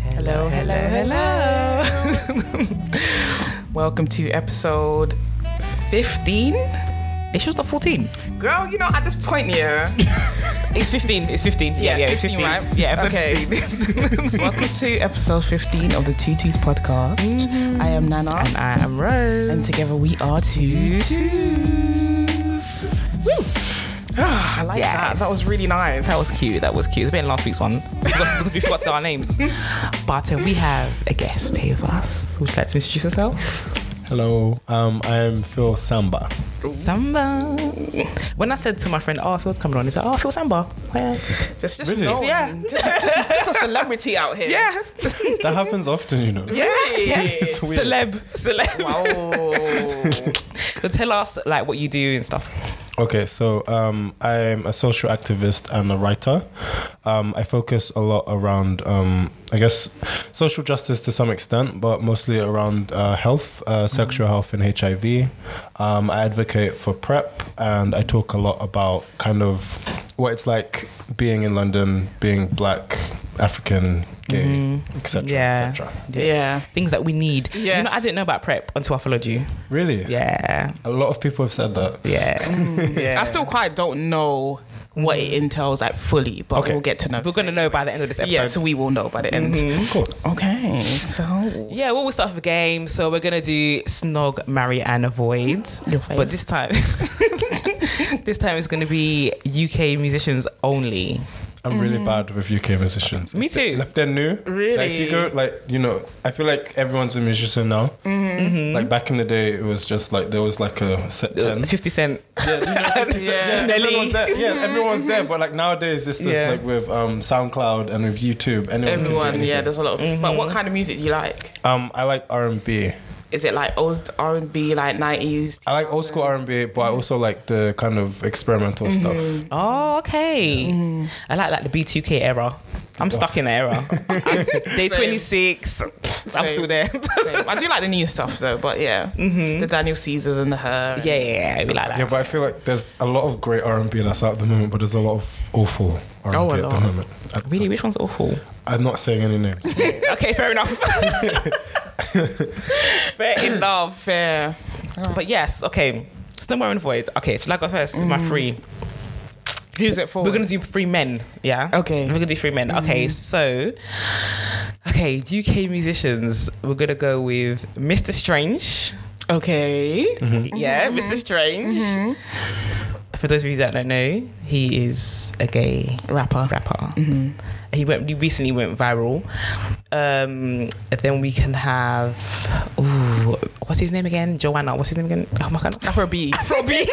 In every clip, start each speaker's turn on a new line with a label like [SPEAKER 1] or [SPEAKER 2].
[SPEAKER 1] Hello, hello, hello. Welcome to episode 15.
[SPEAKER 2] It shows not 14.
[SPEAKER 1] Girl, you know, at this point, yeah.
[SPEAKER 2] It's 15. It's 15. Yeah, yeah, it's 15.
[SPEAKER 1] right?
[SPEAKER 2] Yeah, episode
[SPEAKER 1] Okay.
[SPEAKER 2] 15.
[SPEAKER 1] Welcome to episode 15 of the Two Twos podcast. I am Nana,
[SPEAKER 2] Mm-hmm. And I am Rose.
[SPEAKER 1] and together we are Two Twos. Woo! I like that. That was really nice.
[SPEAKER 2] That was cute. That was cute. It's been last week's one because, because we forgot our names. But uh, we have a guest here with us. Would you like to introduce yourself?
[SPEAKER 3] Hello, um, I am Phil Samba.
[SPEAKER 2] Samba. When I said to my friend, "Oh, Phil's coming on," he said, "Oh, Phil Samba." Well,
[SPEAKER 1] just, just
[SPEAKER 3] Really?
[SPEAKER 1] known.
[SPEAKER 2] Yeah.
[SPEAKER 1] Just, just, just a celebrity out here.
[SPEAKER 2] yeah,
[SPEAKER 3] That happens often, you know.
[SPEAKER 2] yeah, yeah.
[SPEAKER 3] It's weird.
[SPEAKER 2] Celeb, celeb.
[SPEAKER 1] Oh. Wow.
[SPEAKER 2] So tell us like what you do and stuff.
[SPEAKER 3] Okay, so um, I'm a social activist and a writer. Um, I focus a lot around, um, I guess, social justice to some extent, but mostly around uh, health, uh, sexual
[SPEAKER 2] Mm.
[SPEAKER 3] health, and HIV. Um, I advocate for PrEP, and I talk a lot about kind of what it's like being in London, being black, African, gay, etc.,
[SPEAKER 2] Mm-hmm. Yeah.
[SPEAKER 3] etc.
[SPEAKER 1] yeah.
[SPEAKER 2] Things that we need. You
[SPEAKER 1] Yes.
[SPEAKER 2] know, I didn't know about prep until I followed you.
[SPEAKER 3] Really?
[SPEAKER 2] Yeah,
[SPEAKER 3] A lot of people have said that.
[SPEAKER 2] yeah, yeah.
[SPEAKER 1] I still quite don't know what it entails like fully, but
[SPEAKER 3] Okay.
[SPEAKER 1] we'll get to know.
[SPEAKER 2] Mm. We're gonna Mm-hmm. know by the end of this episode.
[SPEAKER 1] Yeah, so we will know by the end.
[SPEAKER 3] Cool.
[SPEAKER 1] Okay, so
[SPEAKER 2] Yeah, well, we'll start with a game. So we're gonna do snog, marry, and avoid.
[SPEAKER 1] Your fave.
[SPEAKER 2] But this time, this time it's gonna be UK musicians only.
[SPEAKER 3] I'm really bad with UK musicians.
[SPEAKER 2] Me
[SPEAKER 3] If they-
[SPEAKER 2] too.
[SPEAKER 3] If they're new, like if
[SPEAKER 1] Really?
[SPEAKER 3] you go, like you know, I feel like everyone's a musician now. Like back in the day, it was just like there was like a set ten.
[SPEAKER 2] Uh, Fifty Cent.
[SPEAKER 3] yeah, you know, 50 cent,
[SPEAKER 1] Yeah.
[SPEAKER 3] yeah,
[SPEAKER 2] Nelly.
[SPEAKER 3] everyone's there. Yeah, everyone's there. But like nowadays, it's just
[SPEAKER 2] Yeah.
[SPEAKER 3] like with um, SoundCloud and with YouTube. Anyone can do
[SPEAKER 1] everyone, yeah,
[SPEAKER 3] anything.
[SPEAKER 1] there's a lot of. But
[SPEAKER 2] Mm-hmm.
[SPEAKER 1] what kind of music do you like?
[SPEAKER 3] Um, I like R and B.
[SPEAKER 1] Is it like old R and B, like nineties?
[SPEAKER 3] I like old school R and B, but I also like the kind of experimental stuff.
[SPEAKER 2] Oh, okay.
[SPEAKER 1] Mm.
[SPEAKER 2] I like like the B two K era. I'm stuck in the era. I'm-
[SPEAKER 1] Same.
[SPEAKER 2] Day twenty six. I'm
[SPEAKER 1] Same.
[SPEAKER 2] still there.
[SPEAKER 1] I do like the new stuff though, but yeah, the Daniel Caesars and the Her.
[SPEAKER 2] Mm-hmm. yeah, yeah, yeah. it'd be like that.
[SPEAKER 3] Yeah, but I feel like there's a lot of great R and B that's out at the moment, but there's a lot of awful R
[SPEAKER 1] Oh,
[SPEAKER 3] and
[SPEAKER 1] a
[SPEAKER 3] B at the
[SPEAKER 1] lot.
[SPEAKER 3] moment. I-
[SPEAKER 2] Really, which one's awful?
[SPEAKER 3] I'm not saying any names.
[SPEAKER 2] okay, fair enough. fair enough.
[SPEAKER 1] Oh, fair.
[SPEAKER 2] But yes, okay. Snow Marine Void. Okay, shall I go first? with My
[SPEAKER 1] Mm.
[SPEAKER 2] three.
[SPEAKER 1] Who's it for?
[SPEAKER 2] We're gonna do three men. Yeah.
[SPEAKER 1] Okay. Mm-hmm.
[SPEAKER 2] We're gonna do three men. Okay, so okay, UK musicians. We're gonna go with Mr. Strange.
[SPEAKER 1] okay.
[SPEAKER 2] Mm-hmm. Yeah,
[SPEAKER 1] Mm-hmm.
[SPEAKER 2] Mr. Strange. For those of you that don't know, he is a gay
[SPEAKER 1] Rapper.
[SPEAKER 2] rapper. Mm-hmm. He went. He recently went viral. Um, then we can have. Ooh, what's his name again? Joanna. What's his name again? Oh my god.
[SPEAKER 1] Afro B.
[SPEAKER 2] Afro B.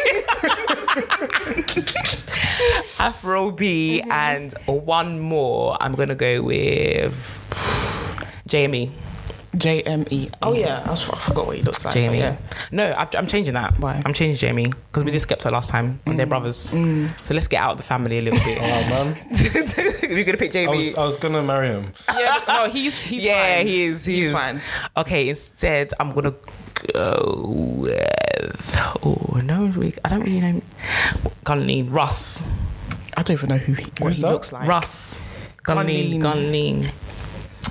[SPEAKER 2] Afro B
[SPEAKER 1] Mm-hmm.
[SPEAKER 2] and one more. I'm gonna go with Jamie.
[SPEAKER 1] J M E. Oh yeah, I, was, I forgot what he looks like. but
[SPEAKER 2] Jamie.
[SPEAKER 1] Yeah.
[SPEAKER 2] No, I, I'm changing that.
[SPEAKER 1] Why? Mm.
[SPEAKER 2] I'm changing Jamie because we did Skepta last time and they're brothers. So let's get out of the family a little bit.
[SPEAKER 3] Oh man.
[SPEAKER 2] We're gonna pick
[SPEAKER 3] I
[SPEAKER 2] Jamie.
[SPEAKER 3] was, uh, I was gonna marry him.
[SPEAKER 1] Yeah, no, he's he's
[SPEAKER 2] yeah,
[SPEAKER 1] fine.
[SPEAKER 2] he is. He
[SPEAKER 1] He's
[SPEAKER 2] is.
[SPEAKER 1] fine.
[SPEAKER 2] Okay, instead, I'm gonna go with oh no, we- I don't really know. Gunleen Russ.
[SPEAKER 1] I don't even know who he, what
[SPEAKER 3] Who's
[SPEAKER 1] he
[SPEAKER 3] that?
[SPEAKER 1] looks like.
[SPEAKER 2] Russ.
[SPEAKER 1] Gunleen.
[SPEAKER 2] Gunleen. Gunleen.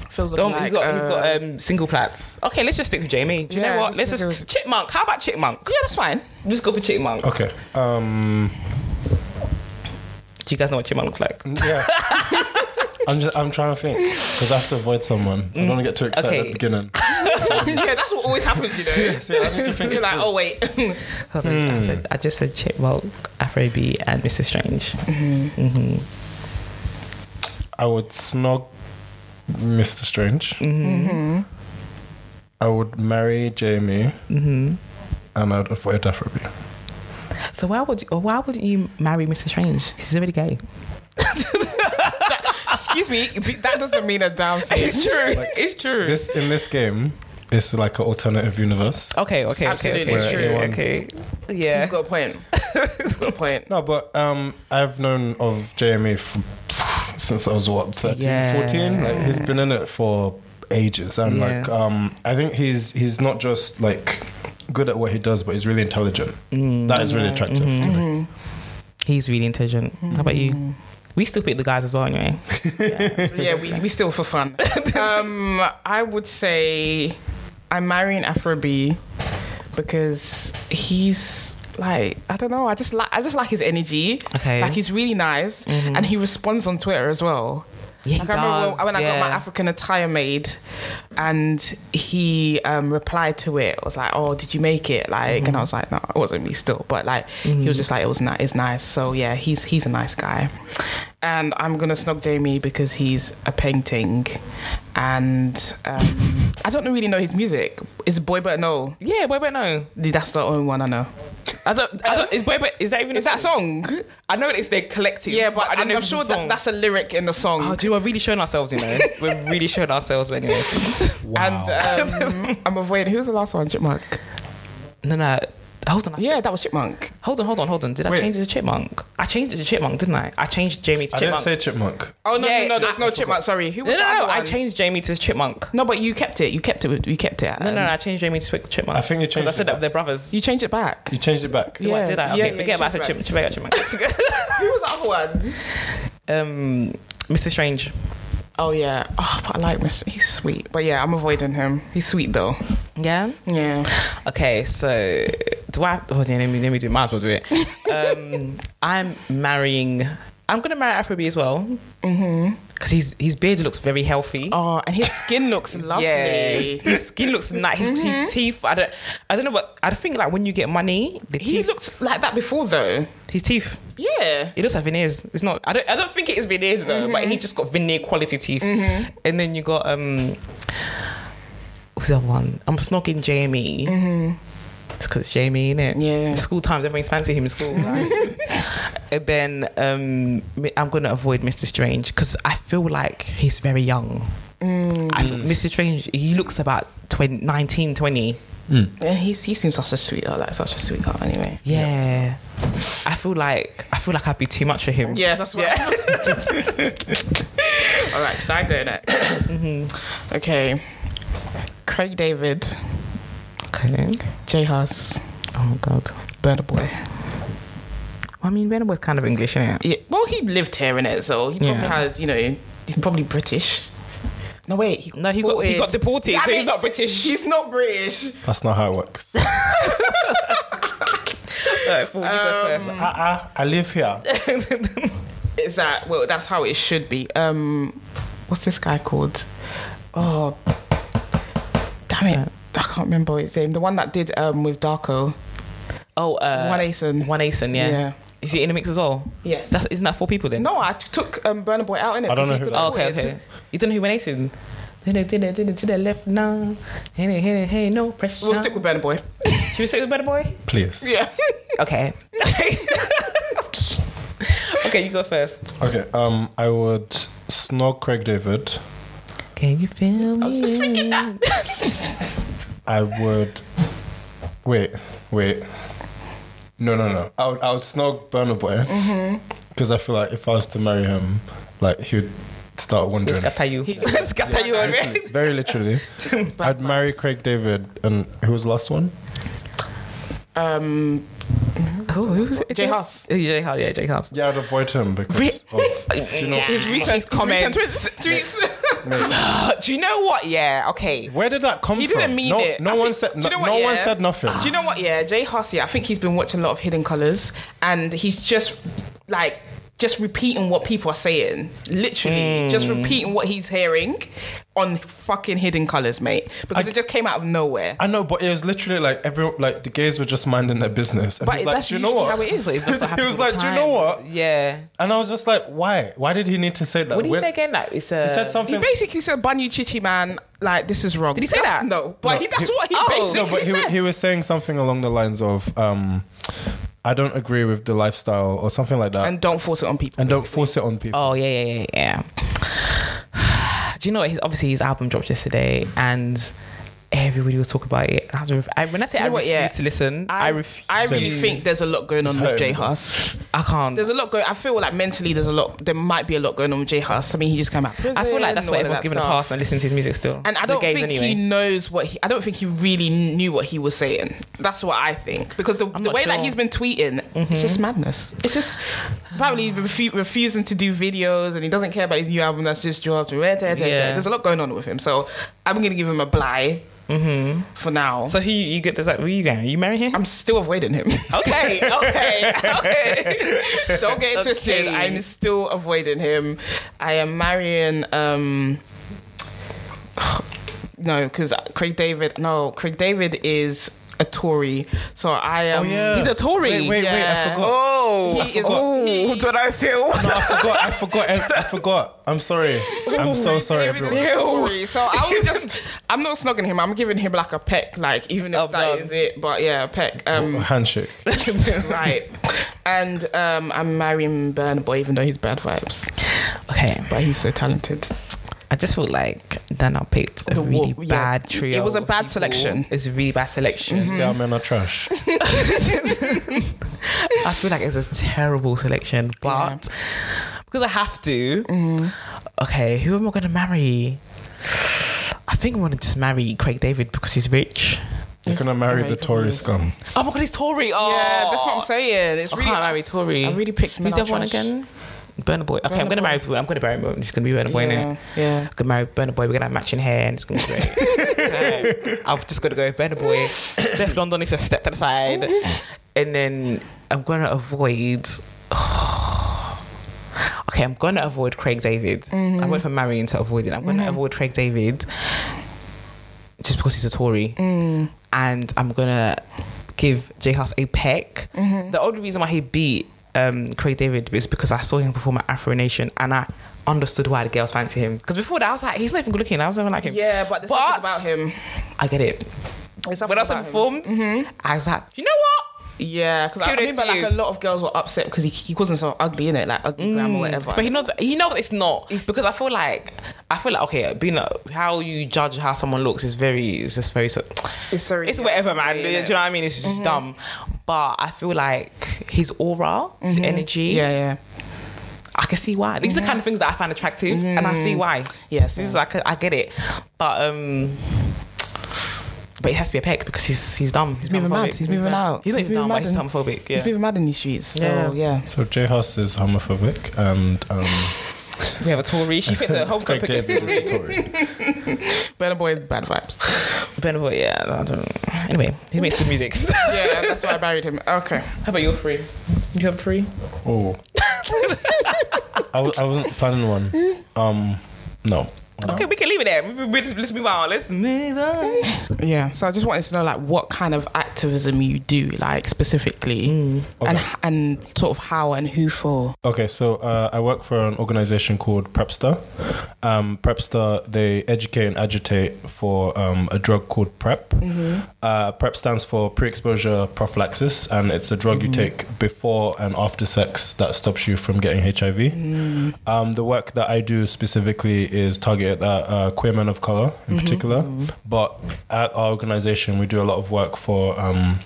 [SPEAKER 1] feels
[SPEAKER 2] Oh,
[SPEAKER 1] like,
[SPEAKER 2] he's got, he's
[SPEAKER 1] uh,
[SPEAKER 2] got um, single plats. Okay, let's just stick with Jamie. Do you
[SPEAKER 1] Yeah,
[SPEAKER 2] know what?
[SPEAKER 1] just
[SPEAKER 2] Let's
[SPEAKER 1] stick
[SPEAKER 2] just Chipmunk. How about Chipmunk?
[SPEAKER 1] yeah, that's fine.
[SPEAKER 2] Just go for Chipmunk.
[SPEAKER 3] Okay. Um.
[SPEAKER 2] Do you guys know what Chipmunk looks like?
[SPEAKER 3] Yeah. I'm just. I'm trying to think because I have to avoid someone. I don't want to get too excited at
[SPEAKER 2] Okay.
[SPEAKER 3] the beginning.
[SPEAKER 1] yeah, that's what always happens, you know.
[SPEAKER 3] See, I need to think.
[SPEAKER 1] You're
[SPEAKER 3] it
[SPEAKER 1] like, oh wait,
[SPEAKER 2] Hold on, I, said, I just said Chipmunk, Afro B, and Mr. Strange. Mm-hmm.
[SPEAKER 1] oh.
[SPEAKER 3] through. I would snog Mr. Strange.
[SPEAKER 1] Mm-hmm.
[SPEAKER 3] I would marry Jamie,
[SPEAKER 1] Mm-hmm.
[SPEAKER 3] and I'd avoid Afrobeat.
[SPEAKER 2] So why would you, or why would you marry Mr. Strange? He's already gay.
[SPEAKER 1] excuse me, that doesn't mean a damn thing.
[SPEAKER 2] It's true. it's true.
[SPEAKER 3] This in this game, it's like an alternative universe.
[SPEAKER 2] okay, okay,
[SPEAKER 1] Absolutely,
[SPEAKER 2] okay, okay,
[SPEAKER 1] it's
[SPEAKER 2] okay,
[SPEAKER 1] true.
[SPEAKER 2] okay.
[SPEAKER 1] You've
[SPEAKER 2] Yeah.
[SPEAKER 1] got a point. You've got a point.
[SPEAKER 3] No, but um, I've known of Jamie f- since I was what 13,
[SPEAKER 2] Yeah.
[SPEAKER 3] 14? Like he's been in it for ages, and
[SPEAKER 2] Yeah.
[SPEAKER 3] like um, I think he's he's not just like good at what he does, but he's really
[SPEAKER 2] Mm. Mm-hmm.
[SPEAKER 3] intelligent. that is really attractive to me.
[SPEAKER 2] He's really intelligent. How about you? We still pick the guys as well, anyway.
[SPEAKER 1] yeah, we, we still for fun. um, I would say I'm marrying Afro B because he's like I don't know. I just like I just like his energy.
[SPEAKER 2] Okay. Mm-hmm.
[SPEAKER 1] like he's really nice
[SPEAKER 2] Mm.
[SPEAKER 1] and he responds on Twitter as well.
[SPEAKER 2] Yeah, he
[SPEAKER 1] Like I remember
[SPEAKER 2] does,
[SPEAKER 1] when, when I got
[SPEAKER 2] yeah.
[SPEAKER 1] my African attire made, and he um, replied to it. I was like, "Oh, did you make it?" Like,
[SPEAKER 2] Mm-hmm.
[SPEAKER 1] and I was like, "No, it wasn't me still." But like, he was just like, "It was nice. It's nice." So yeah, he's he's a nice guy, and I'm gonna snog Jamie because he's a painting, and um, I don't really know his music. Is Boy But No?
[SPEAKER 2] Yeah, Boy But No.
[SPEAKER 1] That's the only one I know.
[SPEAKER 2] I don't, I don't, is Boy But, is that even
[SPEAKER 1] Is that a song?
[SPEAKER 2] I know it's their collective.
[SPEAKER 1] Yeah, but,
[SPEAKER 2] I don't know
[SPEAKER 1] I'm
[SPEAKER 2] if it's a
[SPEAKER 1] sure
[SPEAKER 2] song.
[SPEAKER 1] that that's a lyric in the song.
[SPEAKER 2] Oh, dude, we're really showing ourselves, you know. we're really showing ourselves, but anyway.
[SPEAKER 3] Wow.
[SPEAKER 1] And um, I'm avoiding. Who was the last one? Chipmunk.
[SPEAKER 2] No, no. Hold on. I-
[SPEAKER 1] Yeah, that was Chipmunk.
[SPEAKER 2] Hold on, hold on, hold on. Did I
[SPEAKER 3] Wait.
[SPEAKER 2] change it to Chipmunk? I changed it to Chipmunk, didn't I? I changed Jamie to
[SPEAKER 3] I didn't
[SPEAKER 2] Chipmunk.
[SPEAKER 3] say chipmunk.
[SPEAKER 1] Oh no,
[SPEAKER 2] Yeah,
[SPEAKER 1] no, no, there's
[SPEAKER 2] I-
[SPEAKER 1] no Chipmunk. Sorry, who
[SPEAKER 2] no,
[SPEAKER 1] was
[SPEAKER 2] no,
[SPEAKER 1] the
[SPEAKER 2] no.
[SPEAKER 1] other
[SPEAKER 2] I
[SPEAKER 1] one?
[SPEAKER 2] changed Jamie to Chipmunk.
[SPEAKER 1] No, but you kept it. You kept it. You kept it.
[SPEAKER 2] No, no,
[SPEAKER 1] um,
[SPEAKER 2] no. I changed Jamie to Chip- Chipmunk.
[SPEAKER 3] I think you changed
[SPEAKER 2] Because I said
[SPEAKER 3] it
[SPEAKER 2] that they're brothers.
[SPEAKER 1] You changed it back.
[SPEAKER 3] You changed it back.
[SPEAKER 2] What,
[SPEAKER 1] Yeah,
[SPEAKER 2] did I?
[SPEAKER 1] yeah,
[SPEAKER 2] okay,
[SPEAKER 1] yeah,
[SPEAKER 2] forget about I said Chip-
[SPEAKER 1] Chipmunk.
[SPEAKER 2] Chipmunk. Chipmunk.
[SPEAKER 1] who was that one?
[SPEAKER 2] um, Mr. Strange.
[SPEAKER 1] Oh yeah. Oh, but I like Mr. He's sweet. But yeah, I'm avoiding him. He's sweet though.
[SPEAKER 2] Yeah.
[SPEAKER 1] Yeah.
[SPEAKER 2] Okay, so do I? Oh, yeah, let me let me do. Might as well do it. Um, I'm marrying. I'm gonna marry Afrobeat as well. Mm-hmm. Cause his his beard looks very healthy.
[SPEAKER 1] Oh, and his skin looks lovely. Mm-hmm.
[SPEAKER 2] Yeah, his skin looks nice. His, his teeth. I don't. I don't know what. I think like when you get money, the
[SPEAKER 1] He
[SPEAKER 2] teeth.
[SPEAKER 1] looked like that before though.
[SPEAKER 2] his teeth.
[SPEAKER 1] Yeah.
[SPEAKER 2] It looks like veneers. It's not. I don't. I don't think it is veneers though. But
[SPEAKER 1] Mm-hmm.
[SPEAKER 2] he just got veneer quality teeth. And then you got um. What's the other one? I'm snogging Jamie. It's because Jamie, innit?
[SPEAKER 1] Mm-hmm. Yeah.
[SPEAKER 2] School times, everyone fancy him in school. right? and then um, mi- I'm gonna avoid Mr. Strange because I feel like he's very young.
[SPEAKER 1] Mm.
[SPEAKER 2] I feel- Mr. Strange, he looks about 20, 19, 20.
[SPEAKER 1] Yeah, he's, he seems such a sweetheart, like such a sweetheart anyway.
[SPEAKER 2] Yeah. I feel like I feel like I'd be too much for him.
[SPEAKER 1] Yeah, that's what. All right, should I go next?
[SPEAKER 2] Mm-hmm.
[SPEAKER 1] Okay, Craig David,
[SPEAKER 2] Okay.
[SPEAKER 1] J Huss,
[SPEAKER 2] Oh God.
[SPEAKER 1] Burner Boy.
[SPEAKER 2] I mean, Venom was kind of English, innit?
[SPEAKER 1] Yeah, well, he lived here in it, so he probably
[SPEAKER 2] Yeah.
[SPEAKER 1] has, you know, he's probably British. No wait, he
[SPEAKER 2] No, he got- he got deported,
[SPEAKER 1] Damn
[SPEAKER 2] so he's
[SPEAKER 1] it.
[SPEAKER 2] not British.
[SPEAKER 1] He's not British.
[SPEAKER 3] That's not how it works.
[SPEAKER 1] Um,
[SPEAKER 3] uh-uh, I live here.
[SPEAKER 1] Is that well? That's how it should be. Um, what's this guy called? Oh, damn it! I can't remember his name. The one that did um with Darko,
[SPEAKER 2] oh, uh,
[SPEAKER 1] One Asen.
[SPEAKER 2] One Asen, yeah.
[SPEAKER 1] Yeah.
[SPEAKER 2] Is he in the mix as well?
[SPEAKER 1] Yes.
[SPEAKER 2] That's, isn't that four people then?
[SPEAKER 1] No, I t- took um, Burner Boy out in it.
[SPEAKER 3] I don't
[SPEAKER 1] 'cause
[SPEAKER 3] know
[SPEAKER 1] he
[SPEAKER 3] who
[SPEAKER 1] could
[SPEAKER 3] that
[SPEAKER 2] Oh, okay,
[SPEAKER 1] afford it.
[SPEAKER 2] okay. You don't know who One Asen? Did it, did it, did it, did it, left now. Hey, hey, hey, hey, no pressure.
[SPEAKER 1] We'll stick with Burner Boy.
[SPEAKER 2] Should we stick with Better Boy?
[SPEAKER 3] Please.
[SPEAKER 1] yeah.
[SPEAKER 2] Okay. okay, you go first.
[SPEAKER 3] Okay. Um, I would snog Craig David.
[SPEAKER 2] Can you feel me?
[SPEAKER 1] I was just thinking that.
[SPEAKER 3] I would. Wait, wait. No, no, no. I would, I would snog Burner Boy
[SPEAKER 1] Mm-hmm.
[SPEAKER 3] because I feel like if I was to marry him, like he would start
[SPEAKER 2] We'll
[SPEAKER 3] wondering.
[SPEAKER 2] scatter you. We'll scatter you already.
[SPEAKER 3] Literally, very literally. I'd marry Craig David, and who was the last one?
[SPEAKER 1] Um,
[SPEAKER 2] Oh, who's it?
[SPEAKER 1] J Huss.
[SPEAKER 2] Oh, J House, yeah, J House.
[SPEAKER 3] Yeah, I'd avoid him because.
[SPEAKER 2] Re-
[SPEAKER 3] of- do you know,
[SPEAKER 1] His recent comments. tweets.
[SPEAKER 2] Uh, Do you know what? Yeah, okay.
[SPEAKER 3] where did that come
[SPEAKER 1] He
[SPEAKER 3] from?
[SPEAKER 1] didn't mean
[SPEAKER 3] no,
[SPEAKER 1] it.
[SPEAKER 3] No
[SPEAKER 1] I
[SPEAKER 3] one
[SPEAKER 1] think-
[SPEAKER 3] said.
[SPEAKER 1] do
[SPEAKER 3] No,
[SPEAKER 1] you know what,
[SPEAKER 3] no one
[SPEAKER 1] yeah?
[SPEAKER 3] said nothing.
[SPEAKER 1] Do you know what? Yeah, Jay Hussey, I think he's been watching a lot of Hidden Colors and he's just like just repeating what people are saying. Literally,
[SPEAKER 3] Hmm.
[SPEAKER 1] just repeating what he's hearing on fucking Hidden Colors, mate. Because
[SPEAKER 3] I-
[SPEAKER 1] it just came out of nowhere.
[SPEAKER 3] I know, but it was literally like every like the gays were just minding their business, and
[SPEAKER 1] But
[SPEAKER 3] he's like,
[SPEAKER 1] that's
[SPEAKER 3] "Do you know
[SPEAKER 1] usually
[SPEAKER 3] what?"
[SPEAKER 1] how it is.
[SPEAKER 2] So it's just what
[SPEAKER 3] he
[SPEAKER 2] happens
[SPEAKER 3] was
[SPEAKER 2] all the
[SPEAKER 3] like, "Do
[SPEAKER 2] time.
[SPEAKER 3] you know what?"
[SPEAKER 2] Yeah.
[SPEAKER 3] And I was just like, "Why? Why did he need to say that?"
[SPEAKER 2] What did he
[SPEAKER 3] When-
[SPEAKER 2] say again? Like it's a.
[SPEAKER 3] He said
[SPEAKER 1] he
[SPEAKER 3] something.
[SPEAKER 1] basically said, Banyu Chichi, man, like, this is wrong. Did
[SPEAKER 2] he say that?
[SPEAKER 1] No, but
[SPEAKER 3] No,
[SPEAKER 1] he, that's
[SPEAKER 3] he-
[SPEAKER 1] what he
[SPEAKER 2] Oh.
[SPEAKER 1] basically
[SPEAKER 3] no, but he,
[SPEAKER 1] said.
[SPEAKER 3] he was saying something along the lines of, um, "I don't agree with the lifestyle" or something like that, and,
[SPEAKER 1] and don't force it on people.
[SPEAKER 3] don't force it on people.
[SPEAKER 2] Oh yeah, yeah, yeah, yeah. Do you know what? His, obviously, his album dropped yesterday, and everybody was talking about it. I was ref- I, when I say
[SPEAKER 1] Do
[SPEAKER 2] I
[SPEAKER 1] you know what,
[SPEAKER 2] refuse
[SPEAKER 1] yeah.
[SPEAKER 2] to listen, I,
[SPEAKER 1] I,
[SPEAKER 2] refuse.
[SPEAKER 1] I really
[SPEAKER 3] He's-
[SPEAKER 1] think there's a lot going on
[SPEAKER 3] he's
[SPEAKER 1] with
[SPEAKER 3] hurting.
[SPEAKER 1] J Huss.
[SPEAKER 2] I can't.
[SPEAKER 1] There's a lot going. I feel like mentally, there's a lot. There might be a lot going on with J Huss. I mean, he just came out. Of prison,
[SPEAKER 2] I feel like that's
[SPEAKER 1] all of
[SPEAKER 2] why everyone's
[SPEAKER 1] that
[SPEAKER 2] giving a
[SPEAKER 1] stuff.
[SPEAKER 2] pass and listening to his music still.
[SPEAKER 1] And I
[SPEAKER 2] The
[SPEAKER 1] don't
[SPEAKER 2] gays
[SPEAKER 1] think he knows what he. I don't think he really knew what he was saying. That's what I think because the, the
[SPEAKER 2] not
[SPEAKER 1] way that
[SPEAKER 2] sure. Mm-hmm.
[SPEAKER 1] he's been tweeting, it's just madness. It's just probably refu- refusing to do videos, and he doesn't care about his new album that's just dropped. Rah, tah, tah, tah.
[SPEAKER 2] Yeah.
[SPEAKER 1] There's a lot going on with him, so I'm gonna give him a bly
[SPEAKER 2] Mm-hmm.
[SPEAKER 1] for now.
[SPEAKER 2] So who you, you get? Does that? Who you going? You marrying him?
[SPEAKER 1] I'm still avoiding him.
[SPEAKER 2] Okay, okay,
[SPEAKER 1] okay. Don't get it twisted.
[SPEAKER 2] Okay.
[SPEAKER 1] I'm still avoiding him. I am marrying. um No, because Craig David. No, Craig David is a Tory. So I am.
[SPEAKER 2] um, He's a Tory.
[SPEAKER 3] Oh, Wait, wait, wait!
[SPEAKER 1] Yeah.
[SPEAKER 3] I forgot.
[SPEAKER 2] Oh,
[SPEAKER 1] He is-
[SPEAKER 2] oh,
[SPEAKER 1] he-
[SPEAKER 2] don't I feel?
[SPEAKER 3] No, I forgot. I forgot. I, I forgot. I'm sorry. I'm so sorry,
[SPEAKER 1] David is
[SPEAKER 3] everyone.
[SPEAKER 1] a Tory. So I was just. I'm not snogging him. I'm giving him like a peck. Like even if
[SPEAKER 2] Well
[SPEAKER 1] that is
[SPEAKER 2] done.
[SPEAKER 1] it. But yeah, a peck.
[SPEAKER 3] Oh.
[SPEAKER 1] Um,
[SPEAKER 3] Handshake.
[SPEAKER 1] right. And um, I'm marrying Burner Boy, even though he's bad vibes.
[SPEAKER 2] Okay,
[SPEAKER 1] But he's so talented.
[SPEAKER 2] I just feel like Dana picked a
[SPEAKER 1] The wo-
[SPEAKER 2] really
[SPEAKER 1] yeah.
[SPEAKER 2] bad trio.
[SPEAKER 1] It was a
[SPEAKER 2] of
[SPEAKER 1] bad
[SPEAKER 2] people.
[SPEAKER 1] selection.
[SPEAKER 2] It's a really bad selection.
[SPEAKER 3] See how men are trash.
[SPEAKER 2] I feel like it's a terrible selection, but because I have to. Okay, who am I going to marry? I think I'm going to just marry Craig David because he's rich.
[SPEAKER 3] You're gonna marry the
[SPEAKER 1] American
[SPEAKER 3] Tory
[SPEAKER 1] boys.
[SPEAKER 3] scum.
[SPEAKER 2] Oh my god, he's Tory. Oh,
[SPEAKER 1] Yeah, that's what I'm saying. It's
[SPEAKER 2] I
[SPEAKER 1] really.
[SPEAKER 2] can't marry Tory.
[SPEAKER 1] Oh, I really picked
[SPEAKER 2] Who's
[SPEAKER 1] men
[SPEAKER 2] the
[SPEAKER 1] are
[SPEAKER 2] other one
[SPEAKER 1] trash.
[SPEAKER 2] again? Burner Boy. Okay, I'm
[SPEAKER 1] Burna
[SPEAKER 2] gonna marry.
[SPEAKER 1] Boy.
[SPEAKER 2] I'm gonna marry. Boy. I'm just gonna be Burner Boy now.
[SPEAKER 1] yeah, yeah.
[SPEAKER 2] gonna marry Burner Boy. We're gonna have matching hair, and it's gonna be great. Okay. I've just gotta go with Burner Boy. Steph London is a step to the side, and then I'm gonna avoid. okay, I'm gonna avoid Craig David. I went from marrying to avoiding. I'm gonna avoid Craig David just because he's a Tory, and I'm gonna give J House a peck.
[SPEAKER 1] Mm-hmm.
[SPEAKER 2] The only reason why he beat um, Craig David is because I saw him perform at Afro Nation, and I understood why the girls fancy him. Because before that, I was like, he's not even good looking. I was never like him.
[SPEAKER 1] Yeah, but there's something
[SPEAKER 2] But-
[SPEAKER 1] about him.
[SPEAKER 2] I get it.
[SPEAKER 1] There's something
[SPEAKER 2] When I saw
[SPEAKER 1] about
[SPEAKER 2] him
[SPEAKER 1] him. Mm-hmm.
[SPEAKER 2] performed, I was like, you know what?
[SPEAKER 1] Yeah, because I
[SPEAKER 2] Kudos
[SPEAKER 1] remember
[SPEAKER 2] to
[SPEAKER 1] like
[SPEAKER 2] you.
[SPEAKER 1] a lot of girls were upset because he, he wasn't so ugly in it, like ugly glam or whatever.
[SPEAKER 2] Mm. But he knows. He knows it's not because I feel like I feel like okay, being a, how you judge how someone looks is very. It's just very. so-
[SPEAKER 1] It's so
[SPEAKER 2] It's whatever, man.
[SPEAKER 1] yeah,
[SPEAKER 2] Do you
[SPEAKER 1] yeah.
[SPEAKER 2] know what I mean? It's just
[SPEAKER 1] Mm-hmm.
[SPEAKER 2] dumb. But I feel like his aura, his energy,
[SPEAKER 1] Mm-hmm. yeah, yeah,
[SPEAKER 2] I can see why. These are the kind of things that I find attractive, and I see why.
[SPEAKER 1] Mm-hmm. yes.
[SPEAKER 2] This is like I get it, but um, but it has to be a peck because he's he's dumb. He's,
[SPEAKER 1] moving
[SPEAKER 2] homophobic.
[SPEAKER 1] mad. He's moving out.
[SPEAKER 2] He's not
[SPEAKER 1] He's
[SPEAKER 2] even dumb,
[SPEAKER 1] moving
[SPEAKER 2] but he's
[SPEAKER 1] mad and-
[SPEAKER 2] homophobic. Yeah.
[SPEAKER 1] He's moving mad in these streets. So
[SPEAKER 2] Yeah.
[SPEAKER 1] yeah,
[SPEAKER 3] So J House is homophobic, and um,
[SPEAKER 2] we have a Tory. She puts a whole
[SPEAKER 3] Craig
[SPEAKER 2] crop
[SPEAKER 3] David is a Tory.
[SPEAKER 1] Burner Boy is bad vibes.
[SPEAKER 2] Benavent, yeah. I don't. Anyway, he makes good music. How
[SPEAKER 1] yeah, that's why I buried him. Okay.
[SPEAKER 2] about your three? You have three?
[SPEAKER 3] Oh, I w- I wasn't planning one. Um, no.
[SPEAKER 2] Okay, we can leave it there. We- we- we- Let's, let's move on. Let's move on.
[SPEAKER 1] Yeah. So I just wanted to know like what kind of activism you do, like specifically, and
[SPEAKER 3] Okay.
[SPEAKER 1] and sort of how and who for.
[SPEAKER 3] Okay, so uh, I work for an organization called Prepster. Um, Prepster, they educate and agitate for um, a drug called PrEP. Uh, PrEP stands for pre exposure prophylaxis, and it's a drug you take before and after sex that stops you from getting HIV. Um, the work that I do specifically is targeted at uh, queer men of color in particular, but at our organization, we do a lot of work for. Um,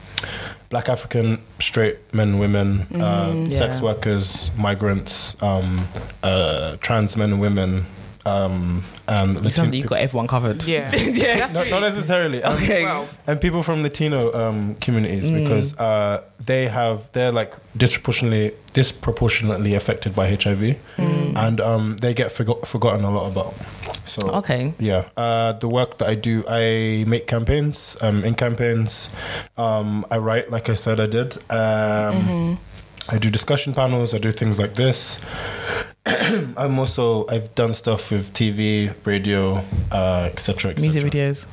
[SPEAKER 3] Black African, straight men, women, uh, sex
[SPEAKER 1] yeah.
[SPEAKER 3] workers, migrants, um, uh, trans men and women, um, and Latino.
[SPEAKER 2] You've got everyone covered.
[SPEAKER 1] Yeah.
[SPEAKER 2] yeah.
[SPEAKER 1] That's
[SPEAKER 3] No,
[SPEAKER 1] really-
[SPEAKER 3] not necessarily. Um,
[SPEAKER 2] Okay.
[SPEAKER 1] Well,
[SPEAKER 3] and people from Latino um, communities
[SPEAKER 2] Mm.
[SPEAKER 3] because uh, they have they're like disproportionately disproportionately affected by HIV,
[SPEAKER 2] Mm.
[SPEAKER 3] and um, they get forgo- forgotten a lot about. So
[SPEAKER 2] Okay.
[SPEAKER 3] yeah, uh, the work that I do, I make campaigns. Um, in campaigns, um, I write, like I said, I did.
[SPEAKER 2] Mm-hmm.
[SPEAKER 3] Um, I do discussion panels. I do things like this. I'm also I've done stuff with TV, radio, uh, etc. Et
[SPEAKER 2] Music
[SPEAKER 3] cetera.
[SPEAKER 2] videos.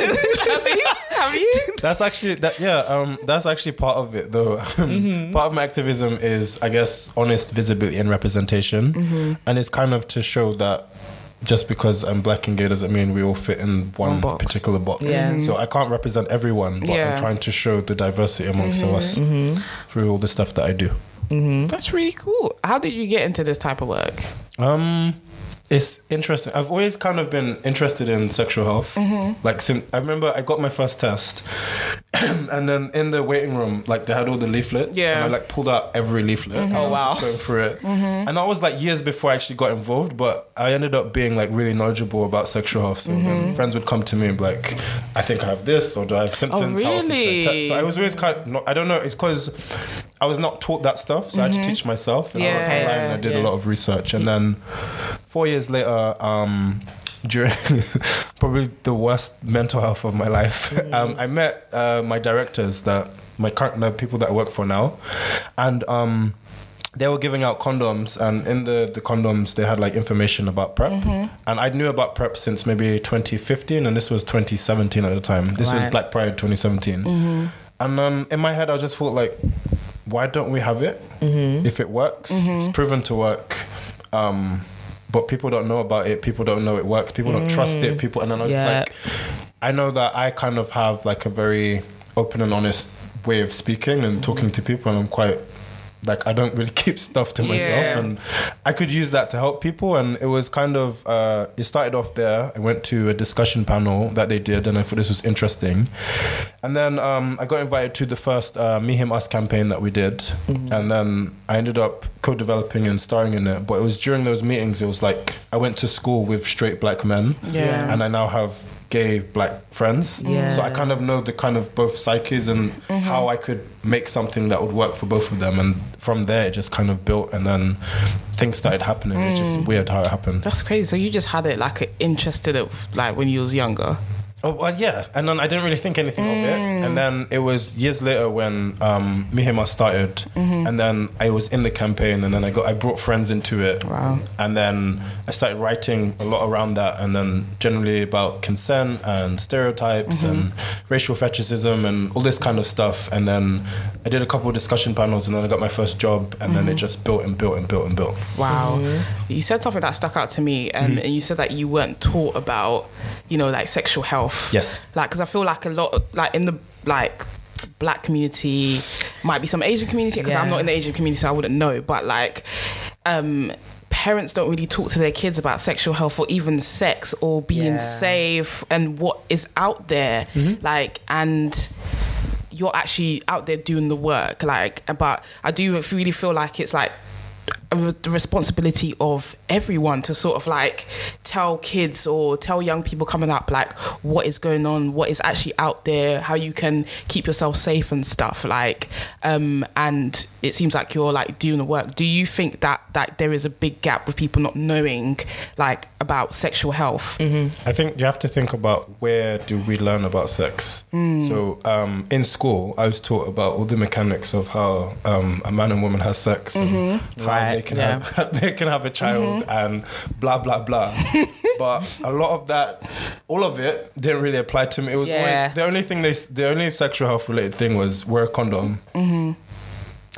[SPEAKER 2] Have you?
[SPEAKER 3] That's actually that yeah, um that's actually part of it though. part of my activism is I guess honest visibility and representation. And it's kind of to show that just because I'm black and gay doesn't mean we all fit in one,
[SPEAKER 1] One box.
[SPEAKER 3] particular box.
[SPEAKER 2] Yeah. Mhm.
[SPEAKER 3] So I can't represent everyone, but
[SPEAKER 1] Yeah.
[SPEAKER 3] I'm trying to show the diversity amongst us through all the stuff that I do.
[SPEAKER 1] that's really cool. How did you get into this type of work?
[SPEAKER 3] Um it's interesting. I've always kind of been interested in sexual health. Like, sin- I remember I got my first test, and then in the waiting room, like they had all the leaflets.
[SPEAKER 1] Yeah.
[SPEAKER 3] And I like pulled out every leaflet. and I
[SPEAKER 2] Oh,
[SPEAKER 3] was
[SPEAKER 2] wow.
[SPEAKER 3] Just going through it, and that was like years before I actually got involved. But I ended up being like really knowledgeable about sexual health. So when friends would come to me and be like, "I think I have this, or do I have symptoms?" How often should I te-"
[SPEAKER 1] really?
[SPEAKER 3] So I was always kind of. Not, I don't know. It's because. I was not taught that stuff, so I had to teach myself. And I went
[SPEAKER 1] Mm-hmm. Yeah.
[SPEAKER 3] online and I did a
[SPEAKER 2] Yeah.
[SPEAKER 3] lot of research, and then four years later, um, during probably the worst mental health of my life,
[SPEAKER 1] Mm.
[SPEAKER 3] um, I met uh, my directors that my current the people that I work for now, and. Um, they were giving out condoms, and in the, the condoms, they had like information about PrEP.
[SPEAKER 1] Mm-hmm.
[SPEAKER 3] And I knew about PrEP since maybe 2015, and this was 2017 at the time.
[SPEAKER 1] Right.
[SPEAKER 3] This
[SPEAKER 1] Mm-hmm.
[SPEAKER 3] was Black Pride 2017. And um, in my head, I just thought, like, why don't we have it? If it works, it's proven to work. Um, but people don't know about it. People don't know it works. People don't trust it. People, and then I was
[SPEAKER 2] Yeah.
[SPEAKER 3] like, I know that I kind of have like a very open and honest way of speaking and talking to people, and I'm quite like I don't really keep stuff to myself,
[SPEAKER 1] Yeah.
[SPEAKER 3] and I could use that to help people. And it was kind of uh, it started off there. I went to a discussion panel that they did, and I thought this was interesting. And then um, I got invited to the first uh, Me Him Us campaign that we did, and then I ended up co-developing and starring in it. But it was during those meetings. It was like I went to school with straight black men,
[SPEAKER 1] Yeah.
[SPEAKER 3] and I now have gay black friends.
[SPEAKER 2] Yeah.
[SPEAKER 3] So I kind of know the kind of both psyches and how I could make something that would work for both of them. And from there, it just kind of built, and then things started happening. It's just weird how it happened.
[SPEAKER 1] That's crazy. So you just had it like interested of like when you was younger.
[SPEAKER 3] Oh, well, yeah. And then I didn't really think anything of it. And then it was years later when um, Mihima started, and then I was in the campaign, and then I got I brought friends into it.
[SPEAKER 1] Wow.
[SPEAKER 3] And then I started writing a lot around that, and then generally about consent and stereotypes and racial fetishism and all this kind of stuff. And then I did a couple of discussion panels, and then I got my first job, and then it just built and built and built and built.
[SPEAKER 1] Wow.
[SPEAKER 2] Mm-hmm.
[SPEAKER 1] You said something that stuck out to me, um, and you said that you weren't taught about, you know, like sexual health.
[SPEAKER 3] Yes.
[SPEAKER 1] Like, because I feel like a lot, of, like in the like black community, might be some Asian community, because I'm
[SPEAKER 2] Yeah.
[SPEAKER 1] not in the Asian community, so I wouldn't know. But like, um, parents don't really talk to their kids about sexual health or even sex or being
[SPEAKER 2] Yeah. Mm-hmm.
[SPEAKER 1] safe and what is out there. Like, and you're actually out there doing the work like but i do really feel like it's like a re- the responsibility of everyone to sort of like tell kids or tell young people coming up like what is going on what is actually out there how you can keep yourself safe and stuff like um and it seems like you're like doing the work do you think that that there is a big gap with people not knowing like about sexual health
[SPEAKER 3] I think you have to think about where do we learn about sex. So um, in school, I was taught about all the mechanics of how um, a man and woman has sex, and how they
[SPEAKER 2] Right,
[SPEAKER 3] can
[SPEAKER 2] yeah.
[SPEAKER 3] have they can have a child, and blah blah blah. but a lot of that, all of it, didn't really apply to me. It was
[SPEAKER 2] Yeah.
[SPEAKER 3] always, the only thing they s- the only sexual health related thing was wear a condom.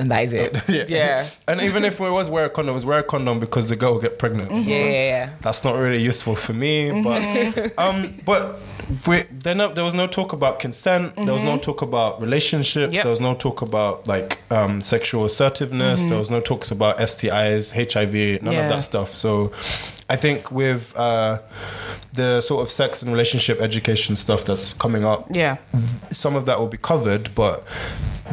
[SPEAKER 2] And that is it.
[SPEAKER 3] Yeah.
[SPEAKER 2] Yeah.
[SPEAKER 3] And even if it was wear a condom, it was wear a condom because the girl will get pregnant
[SPEAKER 2] Yeah, yeah, yeah.
[SPEAKER 3] that's not really useful for me.
[SPEAKER 1] Mm-hmm.
[SPEAKER 3] But um, but we, there no, there was no talk about consent. There was no talk about relationships.
[SPEAKER 1] Mm-hmm. Yep.
[SPEAKER 3] There was no talk about like um, sexual assertiveness. There was no talks about STIs, HIV, none
[SPEAKER 1] Mm-hmm. Yeah.
[SPEAKER 3] of that stuff. So I think with uh, the sort of sex and relationship education stuff that's coming up,
[SPEAKER 1] yeah
[SPEAKER 3] some of that will be covered, but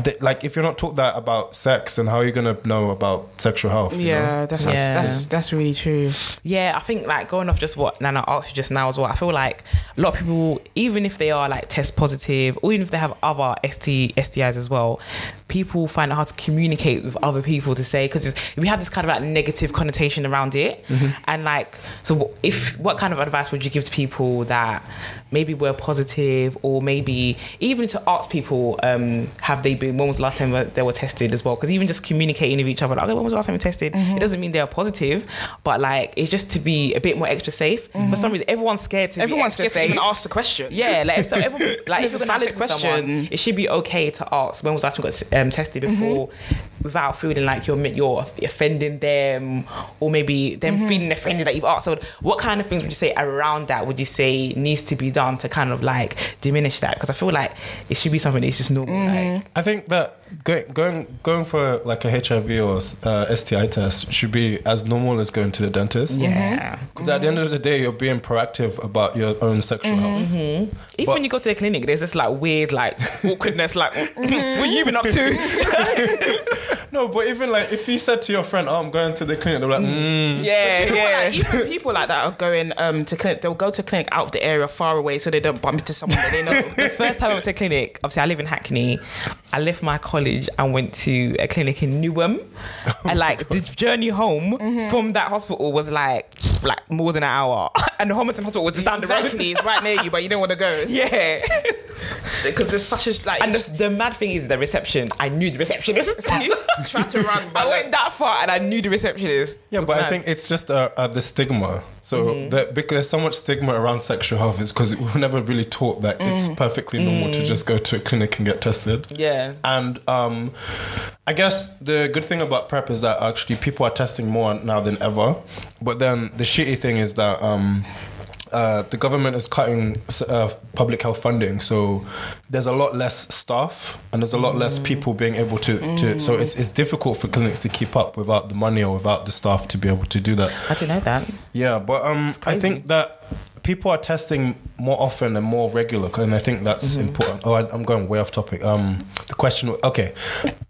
[SPEAKER 3] th- like if you're not taught that about sex, then how are you gonna know about sexual health? you know?
[SPEAKER 1] yeah that's,
[SPEAKER 2] Yeah.
[SPEAKER 1] that's that's really true
[SPEAKER 2] Yeah, I think like going off just what Nana asked you just now as well. I feel like a lot of people, even if they are like test positive, or even if they have other ST STIs as well, people find it hard to communicate with other people to say because we have this kind of like negative connotation around it. And like, so if what kind of advice would you give to people that maybe were positive, or maybe even to ask people, um, have they been? When was the last time they were tested as well? Because even just communicating with each other, like, okay, when was the last time you tested?
[SPEAKER 1] Mm-hmm.
[SPEAKER 2] It doesn't mean they are positive, but like it's just to be a bit more extra safe. For some reason, everyone's scared to. be
[SPEAKER 1] Mm-hmm. everyone's
[SPEAKER 2] extra
[SPEAKER 1] scared to
[SPEAKER 2] safe.
[SPEAKER 1] even ask the question
[SPEAKER 2] Yeah, like if, so everyone, like
[SPEAKER 1] It's
[SPEAKER 2] if
[SPEAKER 1] a
[SPEAKER 2] you're
[SPEAKER 1] valid
[SPEAKER 2] gonna valid question,
[SPEAKER 1] question.
[SPEAKER 2] someone, it should be okay to ask when was the last time you got um, tested before, without feeling like you're you're offending them, or maybe them feeling offended that you've asked. So, what kind of things would you say around that? Would you say needs to be done to kind of like diminish that? Because I feel like it should be something that's just normal. Like,
[SPEAKER 3] I think that going going going for like a HIV or uh, STI test should be as normal as going to the dentist.
[SPEAKER 2] Mm-hmm.
[SPEAKER 1] Yeah.
[SPEAKER 3] Because at the end of the day, you're being proactive about your own sexual health.
[SPEAKER 2] Even
[SPEAKER 3] But-
[SPEAKER 2] when you go to the clinic, there's this like weird like awkwardness, like what you been up to?
[SPEAKER 3] No, but even like if you said to your friend, "Oh, I'm going to the clinic," they're like, mm.
[SPEAKER 2] yeah,
[SPEAKER 1] You know what,
[SPEAKER 2] yeah.
[SPEAKER 1] like, even people like that are going um, to clinic. They'll go to clinic out of the area, far away, so they don't bump into someone that they know.
[SPEAKER 2] the first time I went to a clinic, obviously I live in Hackney. I left my college and went to a clinic in Newham. and like the journey home from that hospital was like like more than an hour. And the Homerton Hospital was just down the road.
[SPEAKER 1] exactly, it's right near you, but you don't want to go
[SPEAKER 2] Yeah.
[SPEAKER 1] because there's such a like.
[SPEAKER 2] And the, the mad thing is the reception. I knew the receptionist.
[SPEAKER 1] trying to run, but
[SPEAKER 2] I
[SPEAKER 1] like,
[SPEAKER 2] went that far and I knew the receptionist.
[SPEAKER 3] Yeah,
[SPEAKER 2] It was
[SPEAKER 3] but I
[SPEAKER 2] mad.
[SPEAKER 3] think it's just uh, uh, the stigma. So that because there's so much stigma around sexual health is because we were never really taught that it's perfectly normal to just go to a clinic and get tested.
[SPEAKER 2] Yeah.
[SPEAKER 3] And um, I guess the good thing about PrEP is that actually people are testing more now than ever. But then the shitty thing is that um, uh, the government is cutting uh, public health funding. So there's a lot less staff and there's a lot less people being able to. to so it's, it's difficult for clinics to keep up without the money or without the staff to be able to do that.
[SPEAKER 2] I didn't know that.
[SPEAKER 3] Yeah, but um, I
[SPEAKER 2] crazy.
[SPEAKER 3] think that people are testing more often and more regular, and I think that's important. Oh, I, I'm going way off topic. Um, the question. Okay,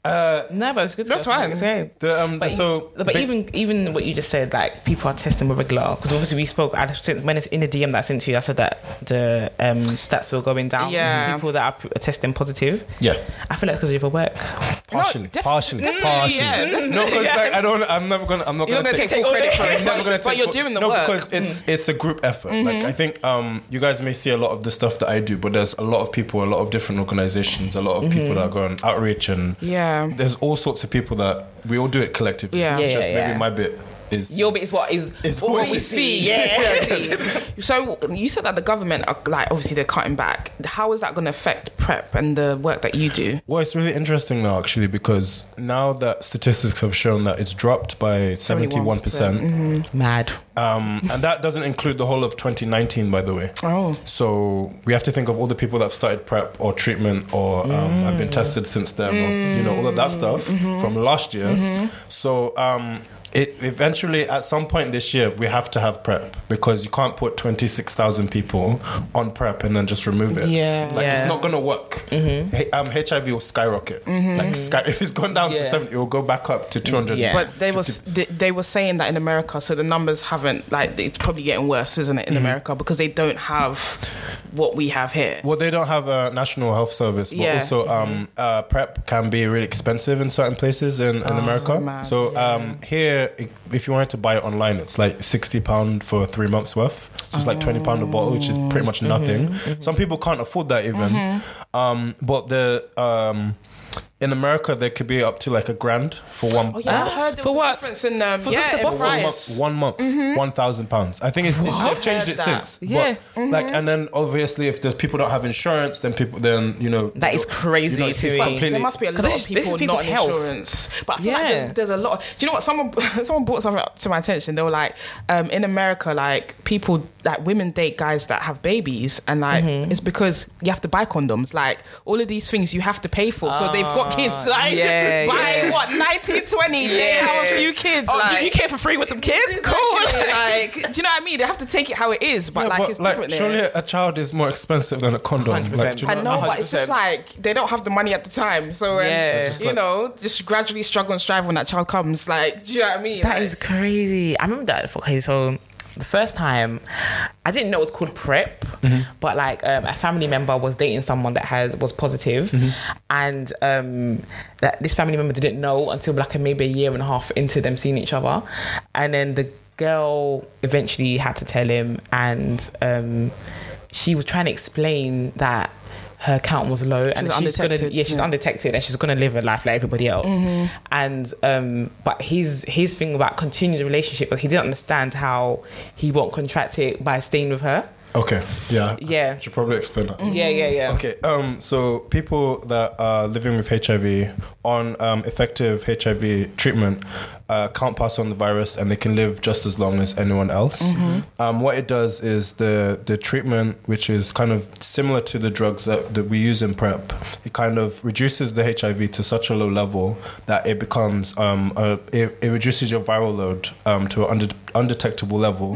[SPEAKER 3] uh,
[SPEAKER 2] No, but it's good. to
[SPEAKER 1] That's
[SPEAKER 2] know
[SPEAKER 1] fine.
[SPEAKER 2] it's okay.
[SPEAKER 3] the um,
[SPEAKER 2] But e-,
[SPEAKER 3] so
[SPEAKER 2] but even even what you just said, like people are testing with regular because obviously we spoke. I sent- when it's in the DM that I sent to you, I said that the um, stats were going down.
[SPEAKER 1] Yeah.
[SPEAKER 2] people that are, p- are testing positive.
[SPEAKER 3] yeah,
[SPEAKER 2] I feel like because of your work,
[SPEAKER 3] partially,
[SPEAKER 1] def-
[SPEAKER 3] partially,
[SPEAKER 1] definitely,
[SPEAKER 3] partially.
[SPEAKER 1] yeah, definitely.
[SPEAKER 3] No, because like I don't. I'm never gonna. I'm not.
[SPEAKER 1] You're not
[SPEAKER 3] gonna
[SPEAKER 1] gonna take full credit for it,
[SPEAKER 3] I'm never gonna
[SPEAKER 1] but- but
[SPEAKER 3] take
[SPEAKER 1] you're
[SPEAKER 3] full-
[SPEAKER 1] doing the
[SPEAKER 3] no,
[SPEAKER 1] work. Mm. Mm-hmm.
[SPEAKER 3] because it's it's a group effort. Like I think um, you guys may see a lot of the stuff that I do, but there's a lot of people, a lot of different organizations, a lot of people that are going outreach and
[SPEAKER 1] Mm-hmm. yeah,
[SPEAKER 3] there's all sorts of people that we all do it collectively.
[SPEAKER 1] Yeah.
[SPEAKER 3] it's
[SPEAKER 2] Yeah,
[SPEAKER 3] just
[SPEAKER 2] yeah,
[SPEAKER 3] maybe
[SPEAKER 2] yeah.
[SPEAKER 3] my bit is
[SPEAKER 2] your bit is what is
[SPEAKER 3] It's
[SPEAKER 2] what,
[SPEAKER 3] what
[SPEAKER 2] we
[SPEAKER 3] we
[SPEAKER 2] see.
[SPEAKER 1] see.
[SPEAKER 2] Yeah,
[SPEAKER 1] So you said that the government are like obviously they're cutting back. How is that going to affect prep and the work that you do?
[SPEAKER 3] Well, it's really interesting now, actually, because now that statistics have shown that it's dropped by 71%,
[SPEAKER 2] mad.
[SPEAKER 3] um, and that doesn't include the whole of 2019, by the way.
[SPEAKER 1] Oh,
[SPEAKER 3] So we have to think of all the people that have started prep or treatment or um, have
[SPEAKER 2] Mm.
[SPEAKER 3] been tested since then, or you know all of that stuff
[SPEAKER 2] Mm-hmm.
[SPEAKER 3] from last year. So um, it eventually, at some point this year, we have to have prep because you can't put twenty six thousand people on prep and then just remove it.
[SPEAKER 1] Yeah.
[SPEAKER 2] Yeah.
[SPEAKER 3] like
[SPEAKER 2] Mm-hmm.
[SPEAKER 3] it's not gonna work. H- um, HIV will skyrocket. Like sky- if it's gone down to
[SPEAKER 2] Yeah.
[SPEAKER 3] seventy, it will go back up to two hundred.
[SPEAKER 2] Yeah.
[SPEAKER 1] but they was they, they were saying that in America, so the numbers haven't like it's probably getting worse, isn't it, in America because they don't have what we have here.
[SPEAKER 3] Well, they don't have a national health service, but
[SPEAKER 1] Yeah.
[SPEAKER 3] also um, uh, PrEP can be really expensive in certain places in, in
[SPEAKER 1] Oh,
[SPEAKER 3] America.
[SPEAKER 1] mad.
[SPEAKER 3] So um, here, i- if you wanted to buy it online, it's like sixty pound for three months worth. So it's like twenty pound a bottle, which is pretty
[SPEAKER 1] Oh.
[SPEAKER 3] much nothing.
[SPEAKER 1] Mm-hmm.
[SPEAKER 3] Some people can't afford that even. Um, but the um, in America, there could be up to like a grand for one.
[SPEAKER 1] Oh yeah, I
[SPEAKER 2] Uh,
[SPEAKER 1] heard there
[SPEAKER 2] for
[SPEAKER 1] was a
[SPEAKER 2] what?
[SPEAKER 1] difference in um,
[SPEAKER 2] For just
[SPEAKER 1] yeah,
[SPEAKER 2] the
[SPEAKER 1] in
[SPEAKER 2] bottle?
[SPEAKER 1] price.
[SPEAKER 3] One
[SPEAKER 1] Mm-hmm.
[SPEAKER 3] month, one month, one thousand pounds. I think it's, it's they've changed it
[SPEAKER 1] Heard that. mm-hmm.
[SPEAKER 3] since.
[SPEAKER 2] Yeah.
[SPEAKER 3] but, like and then obviously if there's people don't have insurance, then people then you know
[SPEAKER 2] That is crazy
[SPEAKER 3] it's-
[SPEAKER 2] to
[SPEAKER 3] it's
[SPEAKER 2] me.
[SPEAKER 3] completely-
[SPEAKER 1] There must be a
[SPEAKER 2] 'Cause
[SPEAKER 1] lot
[SPEAKER 2] this
[SPEAKER 1] of
[SPEAKER 2] is- this is
[SPEAKER 1] people not
[SPEAKER 2] people's
[SPEAKER 1] in
[SPEAKER 2] health.
[SPEAKER 1] insurance, but I feel like
[SPEAKER 2] Yeah.
[SPEAKER 1] there's, there's a lot. Of, do you know what? Someone someone brought something up to my attention. They were like, um, in America, like people like women date guys that have babies, and like
[SPEAKER 2] Mm-hmm.
[SPEAKER 1] it's because you have to buy condoms. Like all of these things you have to pay for. so they've got kids. Like
[SPEAKER 2] Ah, yeah,
[SPEAKER 1] by
[SPEAKER 2] yeah.
[SPEAKER 1] what 19, 20, they have a few kids.
[SPEAKER 2] Oh,
[SPEAKER 1] like
[SPEAKER 2] you, you care for free with some kids? Cool.
[SPEAKER 1] Exactly, like, do you know what I mean? They have to take it how it is, but
[SPEAKER 3] Yeah,
[SPEAKER 1] like
[SPEAKER 3] but,
[SPEAKER 1] it's
[SPEAKER 3] like,
[SPEAKER 1] different. there.
[SPEAKER 3] Surely a child is more expensive than a condom. Like,
[SPEAKER 2] 100%.
[SPEAKER 3] do you
[SPEAKER 1] I
[SPEAKER 3] know-
[SPEAKER 1] know, but it's just
[SPEAKER 2] 100%.
[SPEAKER 1] like they don't have the money at the time. So, um,
[SPEAKER 2] Yeah. Just
[SPEAKER 1] you
[SPEAKER 3] like-
[SPEAKER 1] know, just gradually struggle and strive when that child comes. Like, do you know what I mean?
[SPEAKER 2] That
[SPEAKER 1] Like,
[SPEAKER 2] is crazy. I remember that. Okay, so the first time, I didn't know it was called prep, but like um, a family member was dating someone that has was positive, and um, that this family member didn't know until like maybe a year and a half into them seeing each other, and then the girl eventually had to tell him, and um, she was trying to explain that. Her count was low, and
[SPEAKER 1] She's
[SPEAKER 2] she's gonna
[SPEAKER 1] undetected,
[SPEAKER 2] yeah, Mm-hmm. she's
[SPEAKER 1] yeah.
[SPEAKER 2] undetected, and she's gonna live a life like everybody else. And um, but his his thing about continuing the relationship, but he didn't understand how he won't contract it by staying with her.
[SPEAKER 3] Okay. Yeah.
[SPEAKER 2] Yeah.
[SPEAKER 3] Should probably explain that.
[SPEAKER 1] Mm-hmm.
[SPEAKER 2] Yeah, yeah, yeah.
[SPEAKER 3] Okay, um, so people that are living with HIV on um, effective HIV treatment uh, can't pass on the virus and they can live just as long as anyone else. Um, what it does is the, the treatment, which is kind of similar to the drugs that, that we use in PrEP, it kind of reduces the HIV to such a low level that it becomes, um, a, it, it reduces your viral load um, to an under, undetectable level,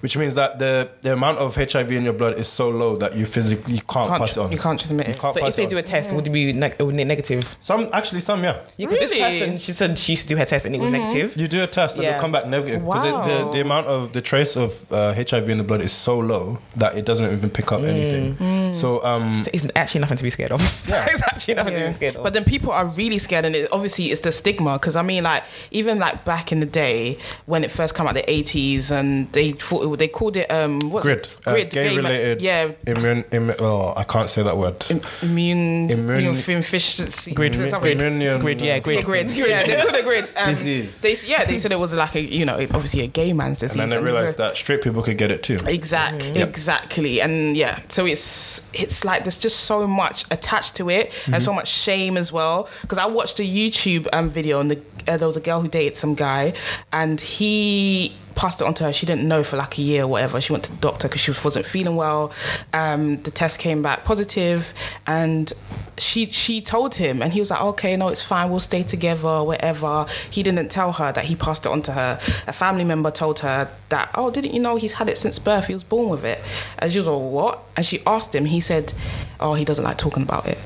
[SPEAKER 3] which means that the, the amount of HIV in your blood is so low that you physically you can't
[SPEAKER 1] Can't
[SPEAKER 3] pass
[SPEAKER 1] tr-
[SPEAKER 3] it on.
[SPEAKER 1] You can't transmit it.
[SPEAKER 3] Can't
[SPEAKER 2] eh? So
[SPEAKER 3] pass
[SPEAKER 2] if they
[SPEAKER 3] it
[SPEAKER 2] do
[SPEAKER 3] on.
[SPEAKER 2] a test, would it be neg- it would be negative?
[SPEAKER 3] some actually some yeah.
[SPEAKER 2] Yeah, 'cause This
[SPEAKER 1] Really?
[SPEAKER 2] person, she said she used to do her test and it was negative.
[SPEAKER 3] You do a test and
[SPEAKER 2] Yeah.
[SPEAKER 3] it'll come back negative because
[SPEAKER 1] Wow.
[SPEAKER 3] the, the amount of the trace of uh, HIV in the blood is so low that it doesn't even pick up anything. So um
[SPEAKER 2] Mm. So it's actually nothing to be scared of. it's actually nothing to be scared of.
[SPEAKER 1] But then people are really scared, and it, obviously it's the stigma. Because I mean, like even like back in the day when it first came out, the eighties, and they thought it, they called it um what's
[SPEAKER 3] grid,
[SPEAKER 1] it?
[SPEAKER 3] uh,
[SPEAKER 1] grid
[SPEAKER 3] gay
[SPEAKER 1] ma-
[SPEAKER 3] related
[SPEAKER 1] yeah.
[SPEAKER 3] immune Im- oh I can't say that word.
[SPEAKER 1] im- Immune,
[SPEAKER 3] Immune-
[SPEAKER 1] immune, efficiency.
[SPEAKER 2] Grid,
[SPEAKER 1] something.
[SPEAKER 3] Immune-
[SPEAKER 2] Grid, yeah, grid.
[SPEAKER 1] Yeah, grid. Yeah, they called it grid. Um,
[SPEAKER 3] Disease.
[SPEAKER 1] They, yeah, they said it was like a, you know, obviously a gay man's disease.
[SPEAKER 3] And then they
[SPEAKER 1] And
[SPEAKER 3] realized
[SPEAKER 1] so-
[SPEAKER 3] that straight people could get it too.
[SPEAKER 1] Exactly,
[SPEAKER 3] Yep.
[SPEAKER 1] exactly, and yeah. So it's it's like there's just so much attached to it, and
[SPEAKER 3] Mm-hmm.
[SPEAKER 1] so much shame as well. Because I watched a YouTube um, video, and the, uh, there was a girl who dated some guy, and he passed it on to her. She didn't know for like a year or whatever. She went to the doctor because she wasn't feeling well. Um, the test came back positive, and she she told him, and he was like, "Okay, no, it's fine. We'll stay together, whatever." He didn't tell her that he passed it on to her. A family member told her that, "Oh, didn't you know he's had it since birth? He was born with it." And she was like, "What?" And she asked him. He said, "Oh, he doesn't like talking about it.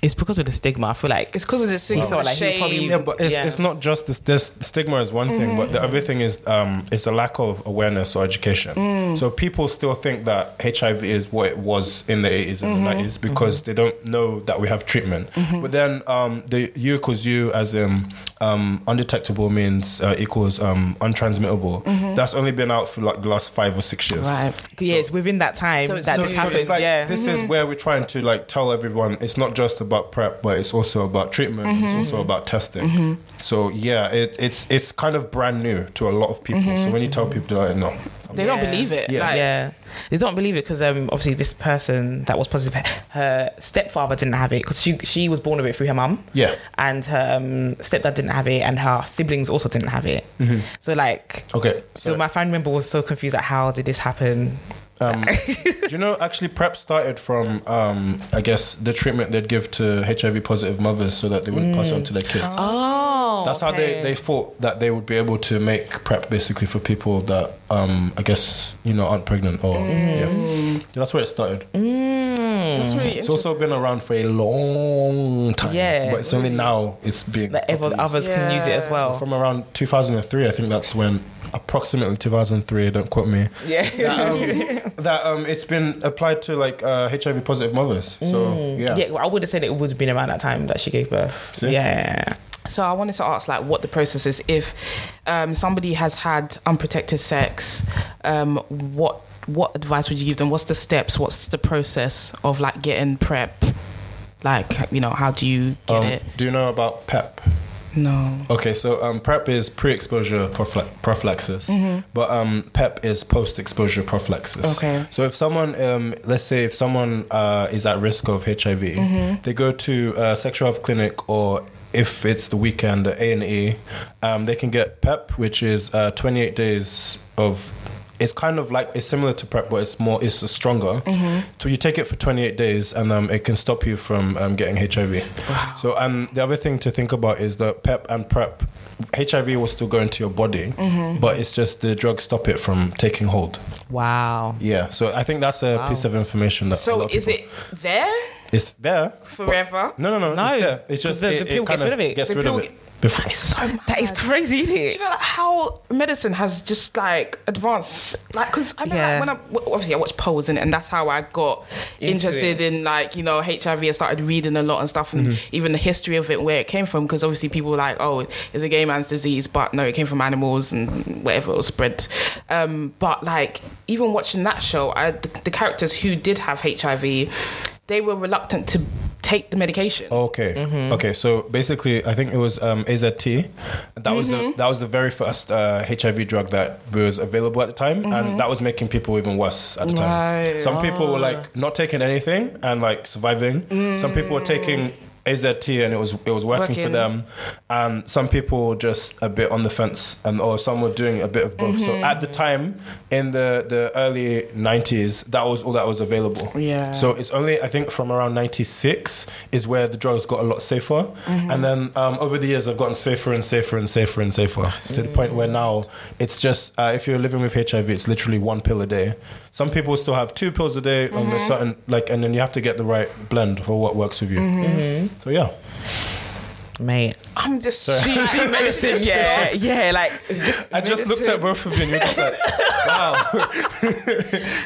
[SPEAKER 2] it's because of the stigma. I feel like
[SPEAKER 1] It's because of this thing.
[SPEAKER 2] He felt like he
[SPEAKER 1] shame.
[SPEAKER 2] probably-
[SPEAKER 3] yeah, but it's,
[SPEAKER 2] Yeah.
[SPEAKER 3] it's not just this. This stigma is one thing, but the other thing is um, it's a lack of awareness or education. So people still think that HIV is what it was in the eighties and the nineties because they don't know that we have treatment. But then um, the U equals U as in um, undetectable means uh, equals um, untransmittable. That's only been out for like the last five or six years.
[SPEAKER 1] Right.
[SPEAKER 2] yeah, it's within that time
[SPEAKER 1] So it's-
[SPEAKER 2] that
[SPEAKER 1] so-
[SPEAKER 2] this
[SPEAKER 1] so
[SPEAKER 2] happens.
[SPEAKER 3] It's like
[SPEAKER 2] yeah,
[SPEAKER 3] this is where we're trying to like tell everyone it's not just about prep, but it's also about treatment. It's also about testing. So yeah, it, it's it's kind of brand new to a lot of people. So when you tell people, they're like, no,
[SPEAKER 1] They don't
[SPEAKER 2] Yeah.
[SPEAKER 1] believe it.
[SPEAKER 3] Yeah.
[SPEAKER 1] Like,
[SPEAKER 2] yeah, they don't believe it because um, obviously this person that was positive, her stepfather didn't have it because she she was born with it through her mum.
[SPEAKER 3] Yeah.
[SPEAKER 2] and her um, stepdad didn't have it, and her siblings also didn't have it. So like,
[SPEAKER 3] okay.
[SPEAKER 2] so
[SPEAKER 3] So
[SPEAKER 2] my family member was so confused at how did this happen?
[SPEAKER 3] um, do you know actually prep started from um, I guess the treatment they'd give to HIV positive mothers so that they wouldn't pass it on to their kids.
[SPEAKER 2] Oh,
[SPEAKER 3] That's how they, they thought that they would be able to make prep basically for people that um, I guess you know aren't pregnant or yeah. That's where it started.
[SPEAKER 1] That's
[SPEAKER 2] Mm.
[SPEAKER 1] really
[SPEAKER 3] It's
[SPEAKER 1] interesting.
[SPEAKER 3] also been around for a long time.
[SPEAKER 2] Yeah.
[SPEAKER 3] But it's only now it's being.
[SPEAKER 2] that ever,
[SPEAKER 3] properly-
[SPEAKER 2] others can use it as
[SPEAKER 1] Yeah.
[SPEAKER 2] well.
[SPEAKER 3] From around 2003, I think that's when, approximately 2003, don't quote me,
[SPEAKER 2] yeah.
[SPEAKER 3] that, um, that um, it's been applied to like uh, HIV positive mothers. So, yeah.
[SPEAKER 2] Mm, Yeah, well, I would have said it would have been around that time that she gave birth.
[SPEAKER 3] See?
[SPEAKER 2] Yeah.
[SPEAKER 1] So I wanted to ask, like, what the process is if um, somebody has had unprotected sex. Um, what what advice would you give them? What's the steps? What's the process of like getting prep? Like, you know, how do you get
[SPEAKER 3] Um,
[SPEAKER 1] it?
[SPEAKER 3] do you know about PEP?
[SPEAKER 1] No.
[SPEAKER 3] Okay, so um, PrEP is pre-exposure prophyla- prophylaxis, but um, PEP is post-exposure prophylaxis.
[SPEAKER 1] Okay.
[SPEAKER 3] So if someone, um, let's say if someone uh, is at risk of HIV, they go to a sexual health clinic or if it's the weekend, A and E, um, they can get PEP, which is uh, 28 days of. It's kind of like it's similar to PrEP, but it's more it's stronger. So you take it for 28 days, and um, it can stop you from um, getting HIV. So and the other thing to think about is that PEP and PrEP, HIV will still go into your body, but it's just the drugs stop it from taking hold.
[SPEAKER 2] Wow.
[SPEAKER 3] Yeah. So I think that's a
[SPEAKER 2] Wow.
[SPEAKER 3] piece of information that. a
[SPEAKER 1] So
[SPEAKER 3] lot of
[SPEAKER 1] is
[SPEAKER 3] people-
[SPEAKER 1] it there
[SPEAKER 3] It's there but-
[SPEAKER 1] forever?
[SPEAKER 3] no, no, no.
[SPEAKER 2] No,
[SPEAKER 3] It's there. It's
[SPEAKER 2] 'cause
[SPEAKER 3] just
[SPEAKER 2] the-
[SPEAKER 3] it,
[SPEAKER 2] the
[SPEAKER 3] it
[SPEAKER 2] pill
[SPEAKER 3] kind
[SPEAKER 2] gets rid of it.
[SPEAKER 3] Gets
[SPEAKER 1] The
[SPEAKER 3] rid of
[SPEAKER 1] pill
[SPEAKER 3] it. Before.
[SPEAKER 1] That is so mad.
[SPEAKER 2] That is crazy, isn't
[SPEAKER 1] Do
[SPEAKER 2] it?
[SPEAKER 1] you know like, how medicine has just like advanced? Like, because I know like,
[SPEAKER 2] Yeah.
[SPEAKER 1] when I w- obviously I watched polls and, and that's how I got
[SPEAKER 2] Into
[SPEAKER 1] interested in like you know HIV. I started reading a lot and stuff, and even the history of it, where it came from. Because obviously people were like, oh, it's a gay man's disease, but no, it came from animals and whatever it was spread. Um, but like even watching that show, I the, the characters who did have HIV, they were reluctant to take the medication.
[SPEAKER 3] Okay.
[SPEAKER 2] mm-hmm.
[SPEAKER 3] Okay. So basically, I think it was um, AZT. That was the
[SPEAKER 1] Mm-hmm.
[SPEAKER 3] that was the very first uh, HIV drug that was available at the time, and that was making people even worse at the time.
[SPEAKER 1] Mm-hmm. Right.
[SPEAKER 3] Some people were like not taking anything and like surviving. Some people were taking. AZT and it was it was working, for
[SPEAKER 1] Working.
[SPEAKER 3] them, and some people were just a bit on the fence, and or some were doing a bit of both. So at the time, in the the early nineties, that was all that was available.
[SPEAKER 1] Yeah.
[SPEAKER 3] So it's only I think from around '96 is where the drugs got a lot safer, and then um, over the years they've gotten safer and safer and safer and safer to the point where now it's just uh, if you're living with HIV, it's literally one pill a day. Some people still have two pills a day on a certain like, and then you have to get the right blend for what works with you. So yeah,
[SPEAKER 2] mate.
[SPEAKER 1] I'm just choosing medicine. Yeah, yeah. Like just
[SPEAKER 3] I just looked at both of you. and you just like, wow.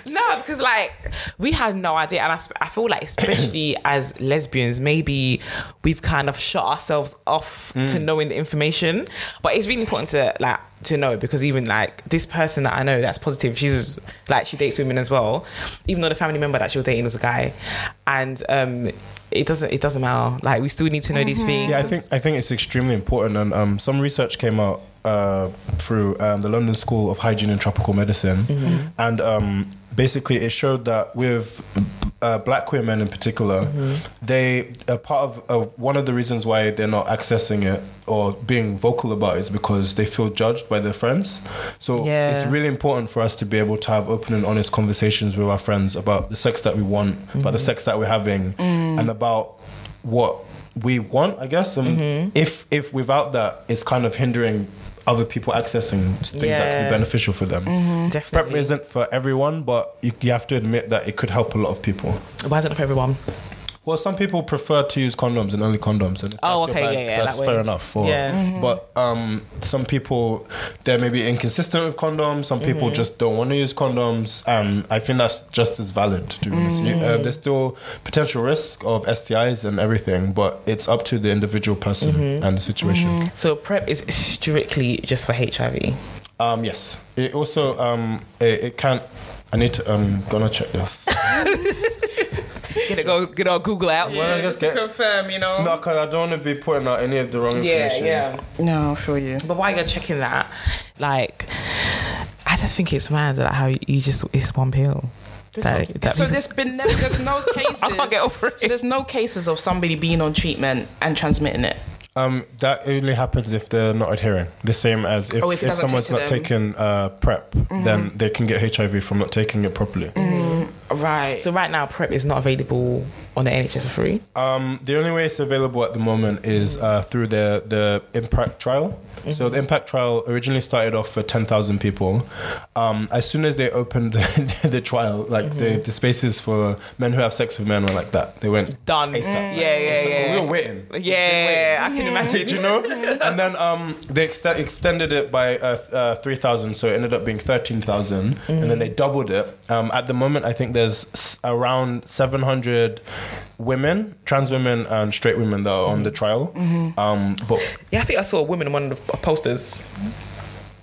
[SPEAKER 2] No, because like we had no idea, and I, sp- I feel like especially as lesbians, maybe we've kind of shut ourselves off to
[SPEAKER 1] Mm.
[SPEAKER 2] knowing the information. But it's really important to like to know because even like this person that I know that's positive, she's like she dates women as well. Even though the family member that she was dating was a guy, and um, it doesn't it doesn't matter. Like we still need to know these
[SPEAKER 1] Mm-hmm.
[SPEAKER 2] things.
[SPEAKER 3] Yeah, I think I think it's extremely important, and um, some research came out uh, through um, the London School of Hygiene and Tropical Medicine, and um, basically it showed that with uh, black women in particular, they a part of uh, one of the reasons why they're not accessing it or being vocal about it is because they feel judged by their friends. So
[SPEAKER 2] Yeah.
[SPEAKER 3] it's really important for us to be able to have open and honest conversations with our friends about the sex that we want, about the sex that we're having, and about what we want, I guess. And if if without that, it's kind of hindering other people accessing things that can
[SPEAKER 2] Yeah. Mm-hmm.
[SPEAKER 3] be beneficial for them.
[SPEAKER 2] definitely.
[SPEAKER 3] Prep isn't for everyone, but you, you have to admit that it could help a lot of people.
[SPEAKER 2] Why is it not for everyone?
[SPEAKER 3] Well, some people prefer to use condoms and only condoms, and if
[SPEAKER 2] Oh,
[SPEAKER 3] that's
[SPEAKER 2] okay,
[SPEAKER 3] your bag,
[SPEAKER 2] yeah, yeah,
[SPEAKER 3] that's
[SPEAKER 2] that way.
[SPEAKER 3] fair enough. Or,
[SPEAKER 2] Yeah.
[SPEAKER 3] But um, some people they're maybe inconsistent with condoms. Some people
[SPEAKER 2] Mm-hmm.
[SPEAKER 3] just don't want to use condoms, and I think that's just as valid. To be honest, You- uh, there's still potential risk of STIs and everything, but it's up to the individual person
[SPEAKER 2] Mm-hmm.
[SPEAKER 3] and the situation.
[SPEAKER 2] So prep is strictly just for HIV.
[SPEAKER 3] Um, yes. It also um, it, it can. I need to. I'm gonna check this.
[SPEAKER 2] Get it? Go get our Google out.
[SPEAKER 3] Well, I guess get-
[SPEAKER 1] confirm, you know.
[SPEAKER 3] no, because I don't want to be putting out any of the wrong
[SPEAKER 2] Yeah,
[SPEAKER 3] information.
[SPEAKER 2] yeah.
[SPEAKER 1] No, I feel you.
[SPEAKER 2] But while you're checking that, like, I just think it's mad that how you just it's one pill. That- that-
[SPEAKER 1] so there's been never, there's no cases.
[SPEAKER 2] I can't get over
[SPEAKER 1] So
[SPEAKER 2] it.
[SPEAKER 1] there's no cases of somebody being on treatment and transmitting it.
[SPEAKER 3] Um, that only happens if they're not adhering. The same as if,
[SPEAKER 1] Oh, if
[SPEAKER 3] if,
[SPEAKER 1] it doesn't
[SPEAKER 3] someone's
[SPEAKER 1] take them.
[SPEAKER 3] not taking uh, prep,
[SPEAKER 2] Mm-hmm.
[SPEAKER 3] then they can get HIV from not taking it properly.
[SPEAKER 1] Mm.
[SPEAKER 2] Mm.
[SPEAKER 1] Right.
[SPEAKER 2] So right now, prep is not available on the NHS for free.
[SPEAKER 3] Um, the only way it's available at the moment is uh, through the the impact trial. So
[SPEAKER 2] Mm-hmm.
[SPEAKER 3] the impact trial originally started off for ten thousand people. Um, as soon as they opened the, the trial, like the,
[SPEAKER 2] Mm-hmm.
[SPEAKER 3] the spaces for men who have sex with men were like that. They went
[SPEAKER 2] Done. Mm.
[SPEAKER 3] ASAP.
[SPEAKER 2] Yeah, yeah,
[SPEAKER 3] It's like,
[SPEAKER 2] yeah.
[SPEAKER 3] We were waiting.
[SPEAKER 2] Uh, yeah, I can
[SPEAKER 3] Did
[SPEAKER 2] imagine.
[SPEAKER 3] you know? And then um, they ext- extended it by uh, th- uh, 3,000, so it ended up being 13,000. And then they doubled it. Um, at the moment, I think there's s- around 700 women, trans women, and straight women that are on the trial. Um, but
[SPEAKER 2] Yeah, I think I saw a woman on one of the posters,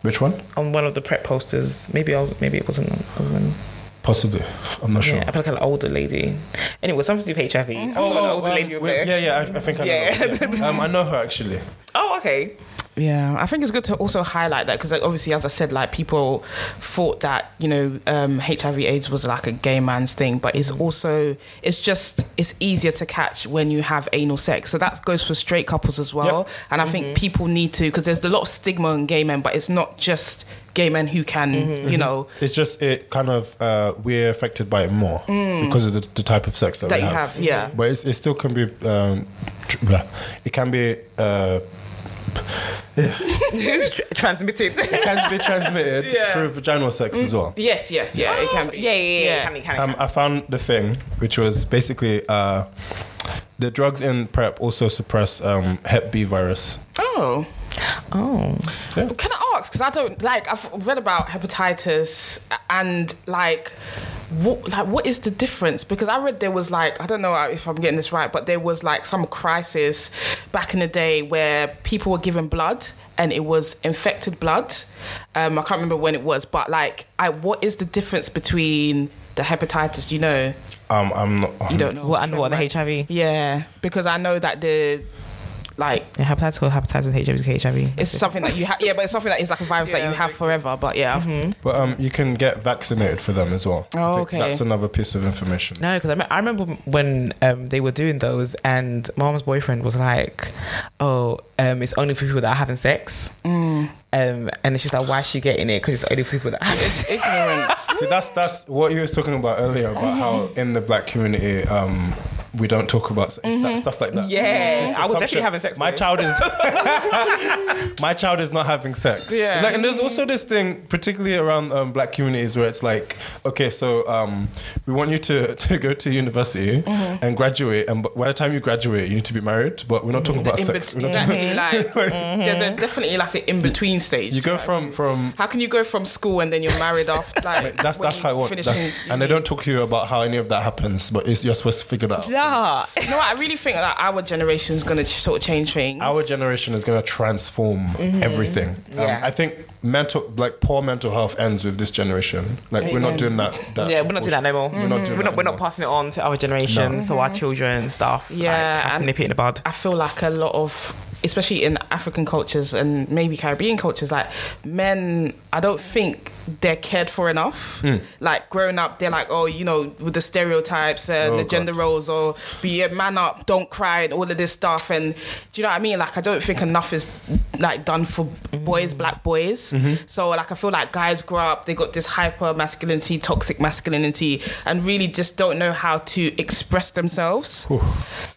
[SPEAKER 3] which one?
[SPEAKER 2] on one of the prep posters. Maybe, I'll, maybe it wasn't a woman.
[SPEAKER 3] Possibly. I'm not sure.
[SPEAKER 2] Yeah, Oh, I feel like an older lady. Anyway, something to do with HIV. I saw an older
[SPEAKER 3] um,
[SPEAKER 2] lady with
[SPEAKER 3] we-
[SPEAKER 2] there.
[SPEAKER 3] yeah, yeah, I, I think I
[SPEAKER 2] Yeah.
[SPEAKER 3] know. her, yeah. um, I know her actually.
[SPEAKER 2] Oh, okay.
[SPEAKER 1] Yeah, I think it's good to also highlight that because, like, obviously, as I said, like people thought that you know um, HIV/AIDS was like a gay man's thing, but it's also it's just it's easier to catch when you have anal sex. So that goes for straight couples as well. And I
[SPEAKER 2] Mm-hmm.
[SPEAKER 1] think people need to because there's a lot of stigma on gay men, but it's not just gay men who can
[SPEAKER 2] Mm-hmm.
[SPEAKER 1] you know
[SPEAKER 3] It's just it kind of uh, we're affected by it more because of the, the type of sex that,
[SPEAKER 1] Mm. that
[SPEAKER 3] we
[SPEAKER 1] you have. Yeah,
[SPEAKER 3] but it's, it still can be um, tr- blah. it can be uh,
[SPEAKER 2] Transmitted.
[SPEAKER 3] it can be transmitted
[SPEAKER 1] Yeah.
[SPEAKER 3] through vaginal sex as well
[SPEAKER 1] yes, yes, Oh, yeah. It can be.
[SPEAKER 2] Yeah, yeah, yeah.
[SPEAKER 1] Yeah.
[SPEAKER 2] Can, can,
[SPEAKER 3] um, I found the thing which was basically uh, the drugs in prep also suppress um, hep B virus
[SPEAKER 1] Oh.
[SPEAKER 2] Oh.
[SPEAKER 1] Can I ask? Because I don't like. I've read about hepatitis and like, what like what is the difference? Because I read there was like I don't know if I'm getting this right, but there was like some crisis back in the day where people were given blood and it was infected blood. Um, I can't remember when it was, but like, I what is the difference between the hepatitis? Do you know?
[SPEAKER 3] Um, I'm not.
[SPEAKER 1] You don't know.
[SPEAKER 2] What, and what the
[SPEAKER 1] Right.
[SPEAKER 2] HIV?
[SPEAKER 1] Yeah, because I know that the like
[SPEAKER 2] Yeah, hepatitis, called hepatitis, and HIV, is HIV.
[SPEAKER 1] it's something that you have. Yeah, but it's something that is like a virus that
[SPEAKER 2] Yeah,
[SPEAKER 1] you have forever. But yeah,
[SPEAKER 3] But um, you can get vaccinated for them as well. I
[SPEAKER 1] Oh,
[SPEAKER 3] think
[SPEAKER 1] okay.
[SPEAKER 3] That's another piece of information.
[SPEAKER 2] No, because I, me- I remember when um, they were doing those, and mom's boyfriend was like, "Oh, um, it's only for people that are having sex," um, and she's like, "Why is she getting it? Because it's only for people that have."
[SPEAKER 1] it's ignorance.
[SPEAKER 3] See, that's that's what you was talking about earlier about
[SPEAKER 1] Uh-huh.
[SPEAKER 3] how in the black community, um, we don't talk about s-
[SPEAKER 1] Mm-hmm.
[SPEAKER 3] it's that, stuff like that.
[SPEAKER 2] Yeah,
[SPEAKER 3] It's this
[SPEAKER 2] I was definitely
[SPEAKER 3] assumption.
[SPEAKER 2] having sex,
[SPEAKER 3] My
[SPEAKER 2] bro.
[SPEAKER 3] child is my child is not having sex.
[SPEAKER 1] Yeah.
[SPEAKER 3] like, and there's also this thing, particularly around um, black communities, where it's like, okay, so um, we want you to, to go to university
[SPEAKER 1] Mm-hmm.
[SPEAKER 3] and graduate, and b- by the time you graduate, you need to be married, but we're not talking about
[SPEAKER 1] In bet-
[SPEAKER 3] sex. We're not talking-
[SPEAKER 1] exactly. Like mm-hmm. there's a, definitely like an in between stage.
[SPEAKER 3] you go
[SPEAKER 1] Like,
[SPEAKER 3] from from
[SPEAKER 1] How can you go from school and then you're married off? Like
[SPEAKER 3] that's
[SPEAKER 1] when
[SPEAKER 3] that's
[SPEAKER 1] you
[SPEAKER 3] how I want.
[SPEAKER 1] finish
[SPEAKER 3] That's-
[SPEAKER 1] in uni?
[SPEAKER 3] and they don't talk to you about how any of that happens, but it's, you're supposed to figure that out.
[SPEAKER 2] Nah.
[SPEAKER 1] You know what? I really think that our generation's gonna ch- sort of change things.
[SPEAKER 3] Our generation is going to transform everything.
[SPEAKER 2] Yeah.
[SPEAKER 3] Um, I think mental, like poor mental health, ends with this generation. Like we're not doing that. that
[SPEAKER 2] Yeah, we're not doing that no more.
[SPEAKER 3] Mm-hmm. We're not doing
[SPEAKER 2] We're
[SPEAKER 3] that
[SPEAKER 2] not, we're not
[SPEAKER 3] anymore.
[SPEAKER 2] passing it on to our generation, so our children and stuff. like,
[SPEAKER 1] Yeah,
[SPEAKER 2] have to
[SPEAKER 1] and-
[SPEAKER 2] nip it in the bud.
[SPEAKER 1] I feel like a lot of, especially in African cultures and maybe Caribbean cultures, like men, I don't think they're cared for enough.
[SPEAKER 3] Hmm.
[SPEAKER 1] Like growing up, they're like, oh, you know, with the stereotypes and
[SPEAKER 3] Oh,
[SPEAKER 1] the
[SPEAKER 3] God.
[SPEAKER 1] gender roles, or be a man up, don't cry, and all of this stuff. And do you know what I mean? Like, I don't think enough is like done for boys, black boys.
[SPEAKER 3] Mm-hmm.
[SPEAKER 1] So like, I feel like guys grow up, they got this hyper masculinity, toxic masculinity, and really just don't know how to express themselves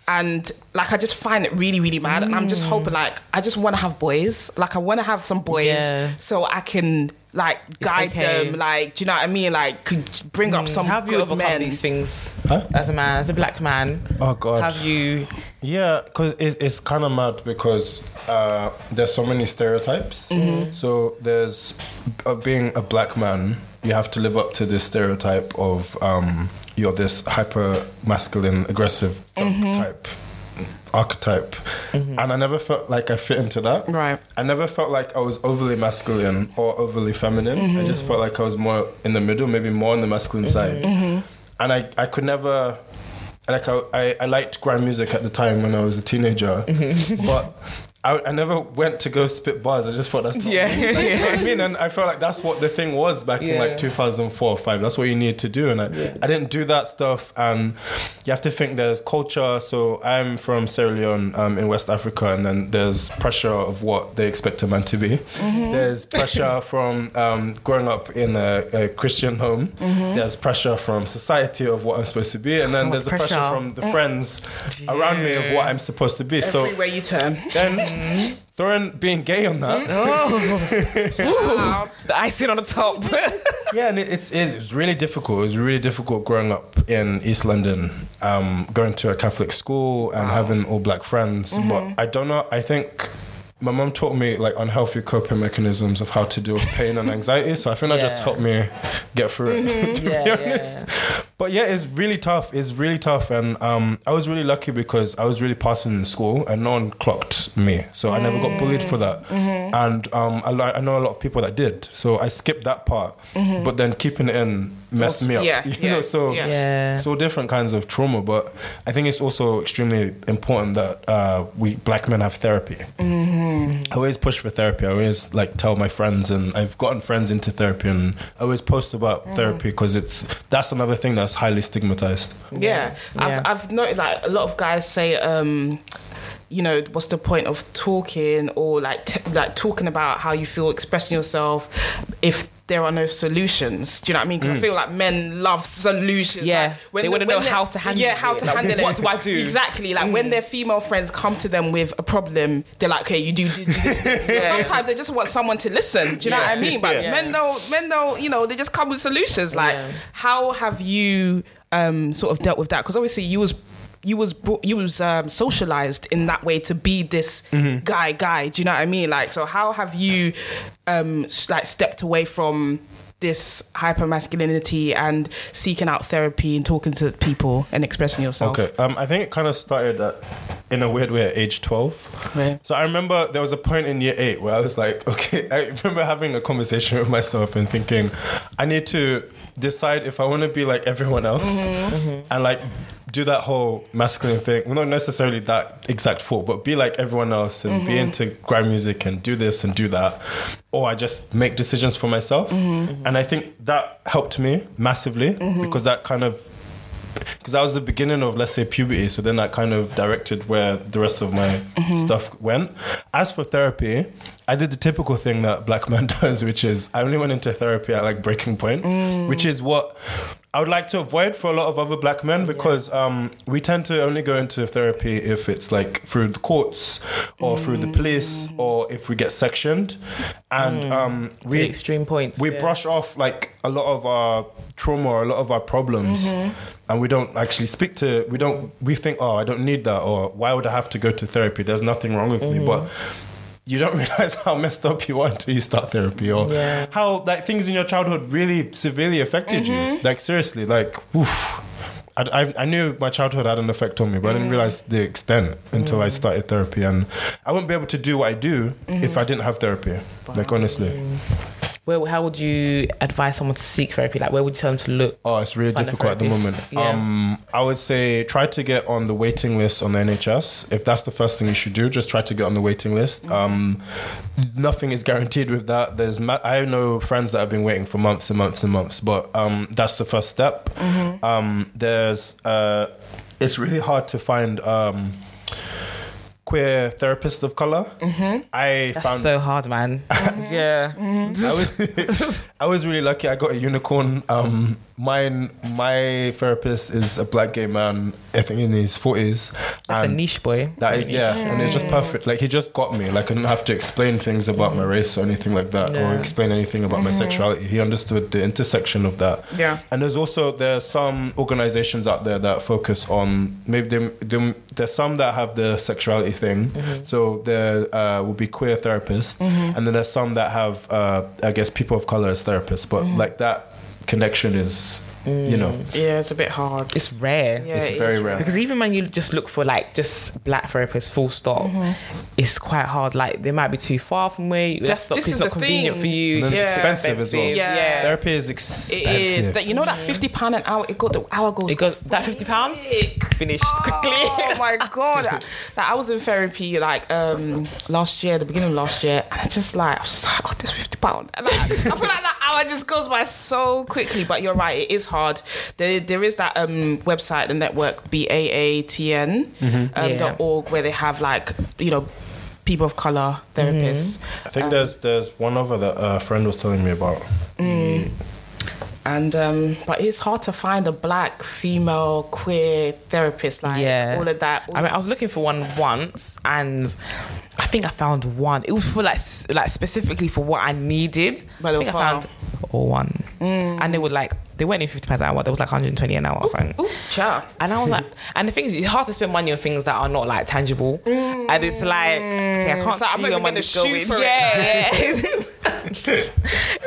[SPEAKER 1] and like I just find it really, really mad. And I'm
[SPEAKER 2] Mm.
[SPEAKER 1] just hoping, like, I just want to have boys. Like, I want to have some boys
[SPEAKER 2] Yeah.
[SPEAKER 1] so I can like guide
[SPEAKER 2] okay.
[SPEAKER 1] them. Like, do you know what I mean? Like, could bring up some
[SPEAKER 2] How have you
[SPEAKER 1] good
[SPEAKER 2] overcome
[SPEAKER 1] men.
[SPEAKER 2] these things
[SPEAKER 3] Huh?
[SPEAKER 2] as a man, as a black man?
[SPEAKER 3] Oh God.
[SPEAKER 2] Have you?
[SPEAKER 3] Yeah, because it's, it's kind of mad because uh, there's so many stereotypes. Mm-hmm. So there's uh, being a black man, you have to live up to this stereotype of um, you're this hyper masculine, aggressive dog type archetype, and I never felt like I fit into that.
[SPEAKER 1] Right.
[SPEAKER 3] I never felt like I was overly masculine or overly feminine. I just felt like I was more in the middle, maybe more on the masculine side. And I, I could never, like, I, I, I liked grand music at the time when I was a teenager,
[SPEAKER 2] Mm-hmm.
[SPEAKER 3] but I, I never went to go spit bars. I just thought that's not
[SPEAKER 2] Yeah.
[SPEAKER 3] me. Like, you know what I mean? And I felt like that's what the thing was back in
[SPEAKER 2] Yeah.
[SPEAKER 3] like 2004 or 5. That's what you needed to do. And I, I didn't do that stuff. And you have to think there's culture. So I'm from Sierra Leone um, in West Africa. And then there's pressure of what they expect a man to be.
[SPEAKER 2] Mm-hmm.
[SPEAKER 3] There's pressure from um, growing up in a, a Christian home. There's pressure from society of what I'm supposed to be. And then
[SPEAKER 2] Mm-hmm. much
[SPEAKER 3] there's the pressure.
[SPEAKER 2] pressure.
[SPEAKER 3] from the friends around me of what I'm supposed to be. So
[SPEAKER 1] Everywhere you turn.
[SPEAKER 2] Mm-hmm.
[SPEAKER 3] then throwing being gay on that.
[SPEAKER 2] Wow. The icing on the top.
[SPEAKER 3] Yeah, and it- it's it's really difficult. It was really difficult growing up in East London, um, going to a Catholic school and having all black friends. But I don't know. I think my mom taught me like unhealthy coping mechanisms of how to deal with pain and anxiety. So I think that just
[SPEAKER 2] Yeah.
[SPEAKER 3] helped me get through it. to
[SPEAKER 2] Yeah,
[SPEAKER 3] be
[SPEAKER 2] yeah.
[SPEAKER 3] honest. But yeah, it's really tough. It's really tough, and um, I was really lucky because I was really passing in school, and no one clocked me, so I never got bullied for that.
[SPEAKER 1] Mm-hmm.
[SPEAKER 3] And um, I, li- I know a lot of people that did, so I skipped that part. But then keeping it in messed me up.
[SPEAKER 1] Mm-hmm. yeah,
[SPEAKER 3] you
[SPEAKER 1] yeah,
[SPEAKER 3] know, so
[SPEAKER 1] yeah.
[SPEAKER 2] Yeah.
[SPEAKER 3] so different kinds of trauma. But I think it's also extremely important that uh, we black men have therapy. I always push for therapy. I always like tell my friends, and I've gotten friends into therapy, and I always post about therapy because it's that's another thing that's highly stigmatized.
[SPEAKER 1] Yeah.
[SPEAKER 2] Yeah. Yeah.
[SPEAKER 1] I've, I've noticed like a lot of guys say, um, you know, what's the point of talking or like t- like talking about how you feel, expressing yourself, if there are no solutions. Do you know what I mean? 'Cause I feel like men love solutions.
[SPEAKER 2] Mm. Yeah.
[SPEAKER 1] Like,
[SPEAKER 2] They wanna know
[SPEAKER 1] they're-
[SPEAKER 2] how to handle
[SPEAKER 1] Yeah, how
[SPEAKER 2] it.
[SPEAKER 1] to
[SPEAKER 2] Like,
[SPEAKER 1] handle it.
[SPEAKER 2] what do I do? Mm.
[SPEAKER 1] Exactly. Like when their female friends come to them with a problem, they're like, okay, you do, do, do this. But Sometimes they just want someone to listen. Do you know what I mean? But
[SPEAKER 3] Yeah.
[SPEAKER 1] men don't, men don't, you know, they just come with solutions. Like,
[SPEAKER 2] Yeah.
[SPEAKER 1] how have you um, sort of dealt with that? Because obviously you was you was brought, you was um, socialized in that way to be this
[SPEAKER 3] Mm-hmm.
[SPEAKER 1] guy guy. Do you know what I mean? Like, so how have you um, s- like stepped away from this hyper masculinity and seeking out therapy and talking to people and expressing yourself?
[SPEAKER 3] Okay, um, I think it kind of started at, in a weird way at age twelve.
[SPEAKER 1] Right.
[SPEAKER 3] So I remember there was a point in year eight where I was like, okay, I remember having a conversation with myself and thinking, I I need to decide if I want to be like everyone else and like do that whole masculine thing. Well, not necessarily that exact fault, but be like everyone else and be into grime music and do this and do that. Or I just make decisions for myself. And I think that helped me massively because that kind of because that was the beginning of let's say puberty so then that kind of directed where the rest of my stuff went as for therapy i did the typical thing that black man does which is i only went into therapy at like breaking point which is what i would like to avoid for a lot of other black men because um, we tend to only go into therapy if it's like through the courts or through the police or if we get sectioned and um, we
[SPEAKER 2] the extreme points.
[SPEAKER 3] we
[SPEAKER 2] yeah.
[SPEAKER 3] brush off like a lot of our trauma or a lot of our problems
[SPEAKER 2] Mm-hmm.
[SPEAKER 3] and we don't actually speak to we don't we think oh i don't need that or why would i have to go to therapy there's nothing wrong with
[SPEAKER 2] Mm-hmm.
[SPEAKER 3] me but you don't realize how messed up you are until you start therapy or
[SPEAKER 2] Yeah.
[SPEAKER 3] how like things in your childhood really severely affected you
[SPEAKER 2] Mm-hmm.
[SPEAKER 3] like seriously like oof I, I, I knew my childhood had an effect on me, but I
[SPEAKER 2] Mm-hmm.
[SPEAKER 3] didn't realize the extent until I started therapy. And I wouldn't be able to do what I do
[SPEAKER 2] Mm-hmm.
[SPEAKER 3] if I didn't have therapy. Like, honestly.
[SPEAKER 2] Where, how would you advise someone to seek therapy? Like, where would you tell them to look?
[SPEAKER 3] Oh, it's really
[SPEAKER 2] Find a
[SPEAKER 3] difficult at the moment.
[SPEAKER 2] therapist. Yeah.
[SPEAKER 3] Um, I would say try to get on the waiting list on the NHS. If that's the first thing you should do, just try to get on the waiting list.
[SPEAKER 2] Mm-hmm.
[SPEAKER 3] Um, nothing is guaranteed with that. There's ma- I know friends that have been waiting for months and months and months, but um, that's the first step.
[SPEAKER 2] Mm-hmm.
[SPEAKER 3] Um, there's uh, it's really hard to find. Um, queer therapists of color i
[SPEAKER 2] Mm-hmm. That's
[SPEAKER 3] found
[SPEAKER 2] so hard, man. yeah.
[SPEAKER 3] I was, I was really lucky. I got a unicorn. Um, mine, my therapist is a black gay man. I think in his forties.
[SPEAKER 2] That's a niche boy.
[SPEAKER 3] That is yeah, and it's just perfect. Like he just got me. Like I didn't have to explain things about my race or anything like that, or
[SPEAKER 2] Yeah.
[SPEAKER 3] explain anything about my sexuality. He understood the intersection of that.
[SPEAKER 1] Yeah.
[SPEAKER 3] And there's also there's some organizations out there that focus on maybe they, they, there's some that have the sexuality thing.
[SPEAKER 1] Mm-hmm.
[SPEAKER 3] So there uh, will be queer therapists, and then there's some that have uh, I guess people of color as therapists. But
[SPEAKER 1] Mm-hmm.
[SPEAKER 3] like that connection is you know
[SPEAKER 1] Yeah, it's a bit hard.
[SPEAKER 2] It's rare.
[SPEAKER 1] Yeah,
[SPEAKER 3] it's
[SPEAKER 1] it
[SPEAKER 3] very
[SPEAKER 1] is
[SPEAKER 3] rare.
[SPEAKER 2] Because even when you just look for like just black therapists, full stop,
[SPEAKER 3] Mm-hmm.
[SPEAKER 2] it's quite hard. Like they might be too far from where you.
[SPEAKER 1] That's-
[SPEAKER 2] That's, not,
[SPEAKER 1] this
[SPEAKER 2] it's
[SPEAKER 1] is
[SPEAKER 2] not
[SPEAKER 1] the
[SPEAKER 2] convenient
[SPEAKER 1] thing.
[SPEAKER 2] for you.
[SPEAKER 3] And
[SPEAKER 2] It's
[SPEAKER 3] then it's expensive as well.
[SPEAKER 1] Yeah.
[SPEAKER 2] Yeah.
[SPEAKER 3] therapy is expensive.
[SPEAKER 1] Mm. It is that you know that fifty pound an hour. It got the hour goes.
[SPEAKER 2] It got that fifty pounds finished
[SPEAKER 1] Oh
[SPEAKER 2] quickly.
[SPEAKER 1] my god! I, like I was in therapy like um last year, the beginning of last year, and I just like I was just like, oh, this fifty pound. And like, I feel like that hour just goes by so quickly. But you're right, it is hard. There, there is that um website, the network B A A T N um,
[SPEAKER 2] Mm-hmm. Yeah.
[SPEAKER 1] dot org, where they have like you know people of color therapists,
[SPEAKER 2] Mm-hmm.
[SPEAKER 3] I
[SPEAKER 2] Um,
[SPEAKER 3] think there's there's one other that a friend was telling me about.
[SPEAKER 1] and um but it's hard to find a black female queer therapist like
[SPEAKER 2] Yeah.
[SPEAKER 1] all of that. all
[SPEAKER 2] I mean,
[SPEAKER 1] this-
[SPEAKER 2] I was looking for one once, and I think I found one. It was for like s- like specifically for what I needed.
[SPEAKER 1] But they
[SPEAKER 2] I think
[SPEAKER 1] were
[SPEAKER 2] I found one, and they were like they weren't even fifty pounds an hour. They was like one hundred and twenty an hour. or something.
[SPEAKER 1] Mm. Ooh, child.
[SPEAKER 2] And I was like, and the thing is, it's hard to spend money on things that are not like tangible. And it's like, okay, I can't
[SPEAKER 1] Mm. So
[SPEAKER 2] see
[SPEAKER 1] I'm not
[SPEAKER 2] where
[SPEAKER 1] even
[SPEAKER 2] money's
[SPEAKER 1] gonna shoot
[SPEAKER 2] going.
[SPEAKER 1] for it.
[SPEAKER 2] yeah, yeah.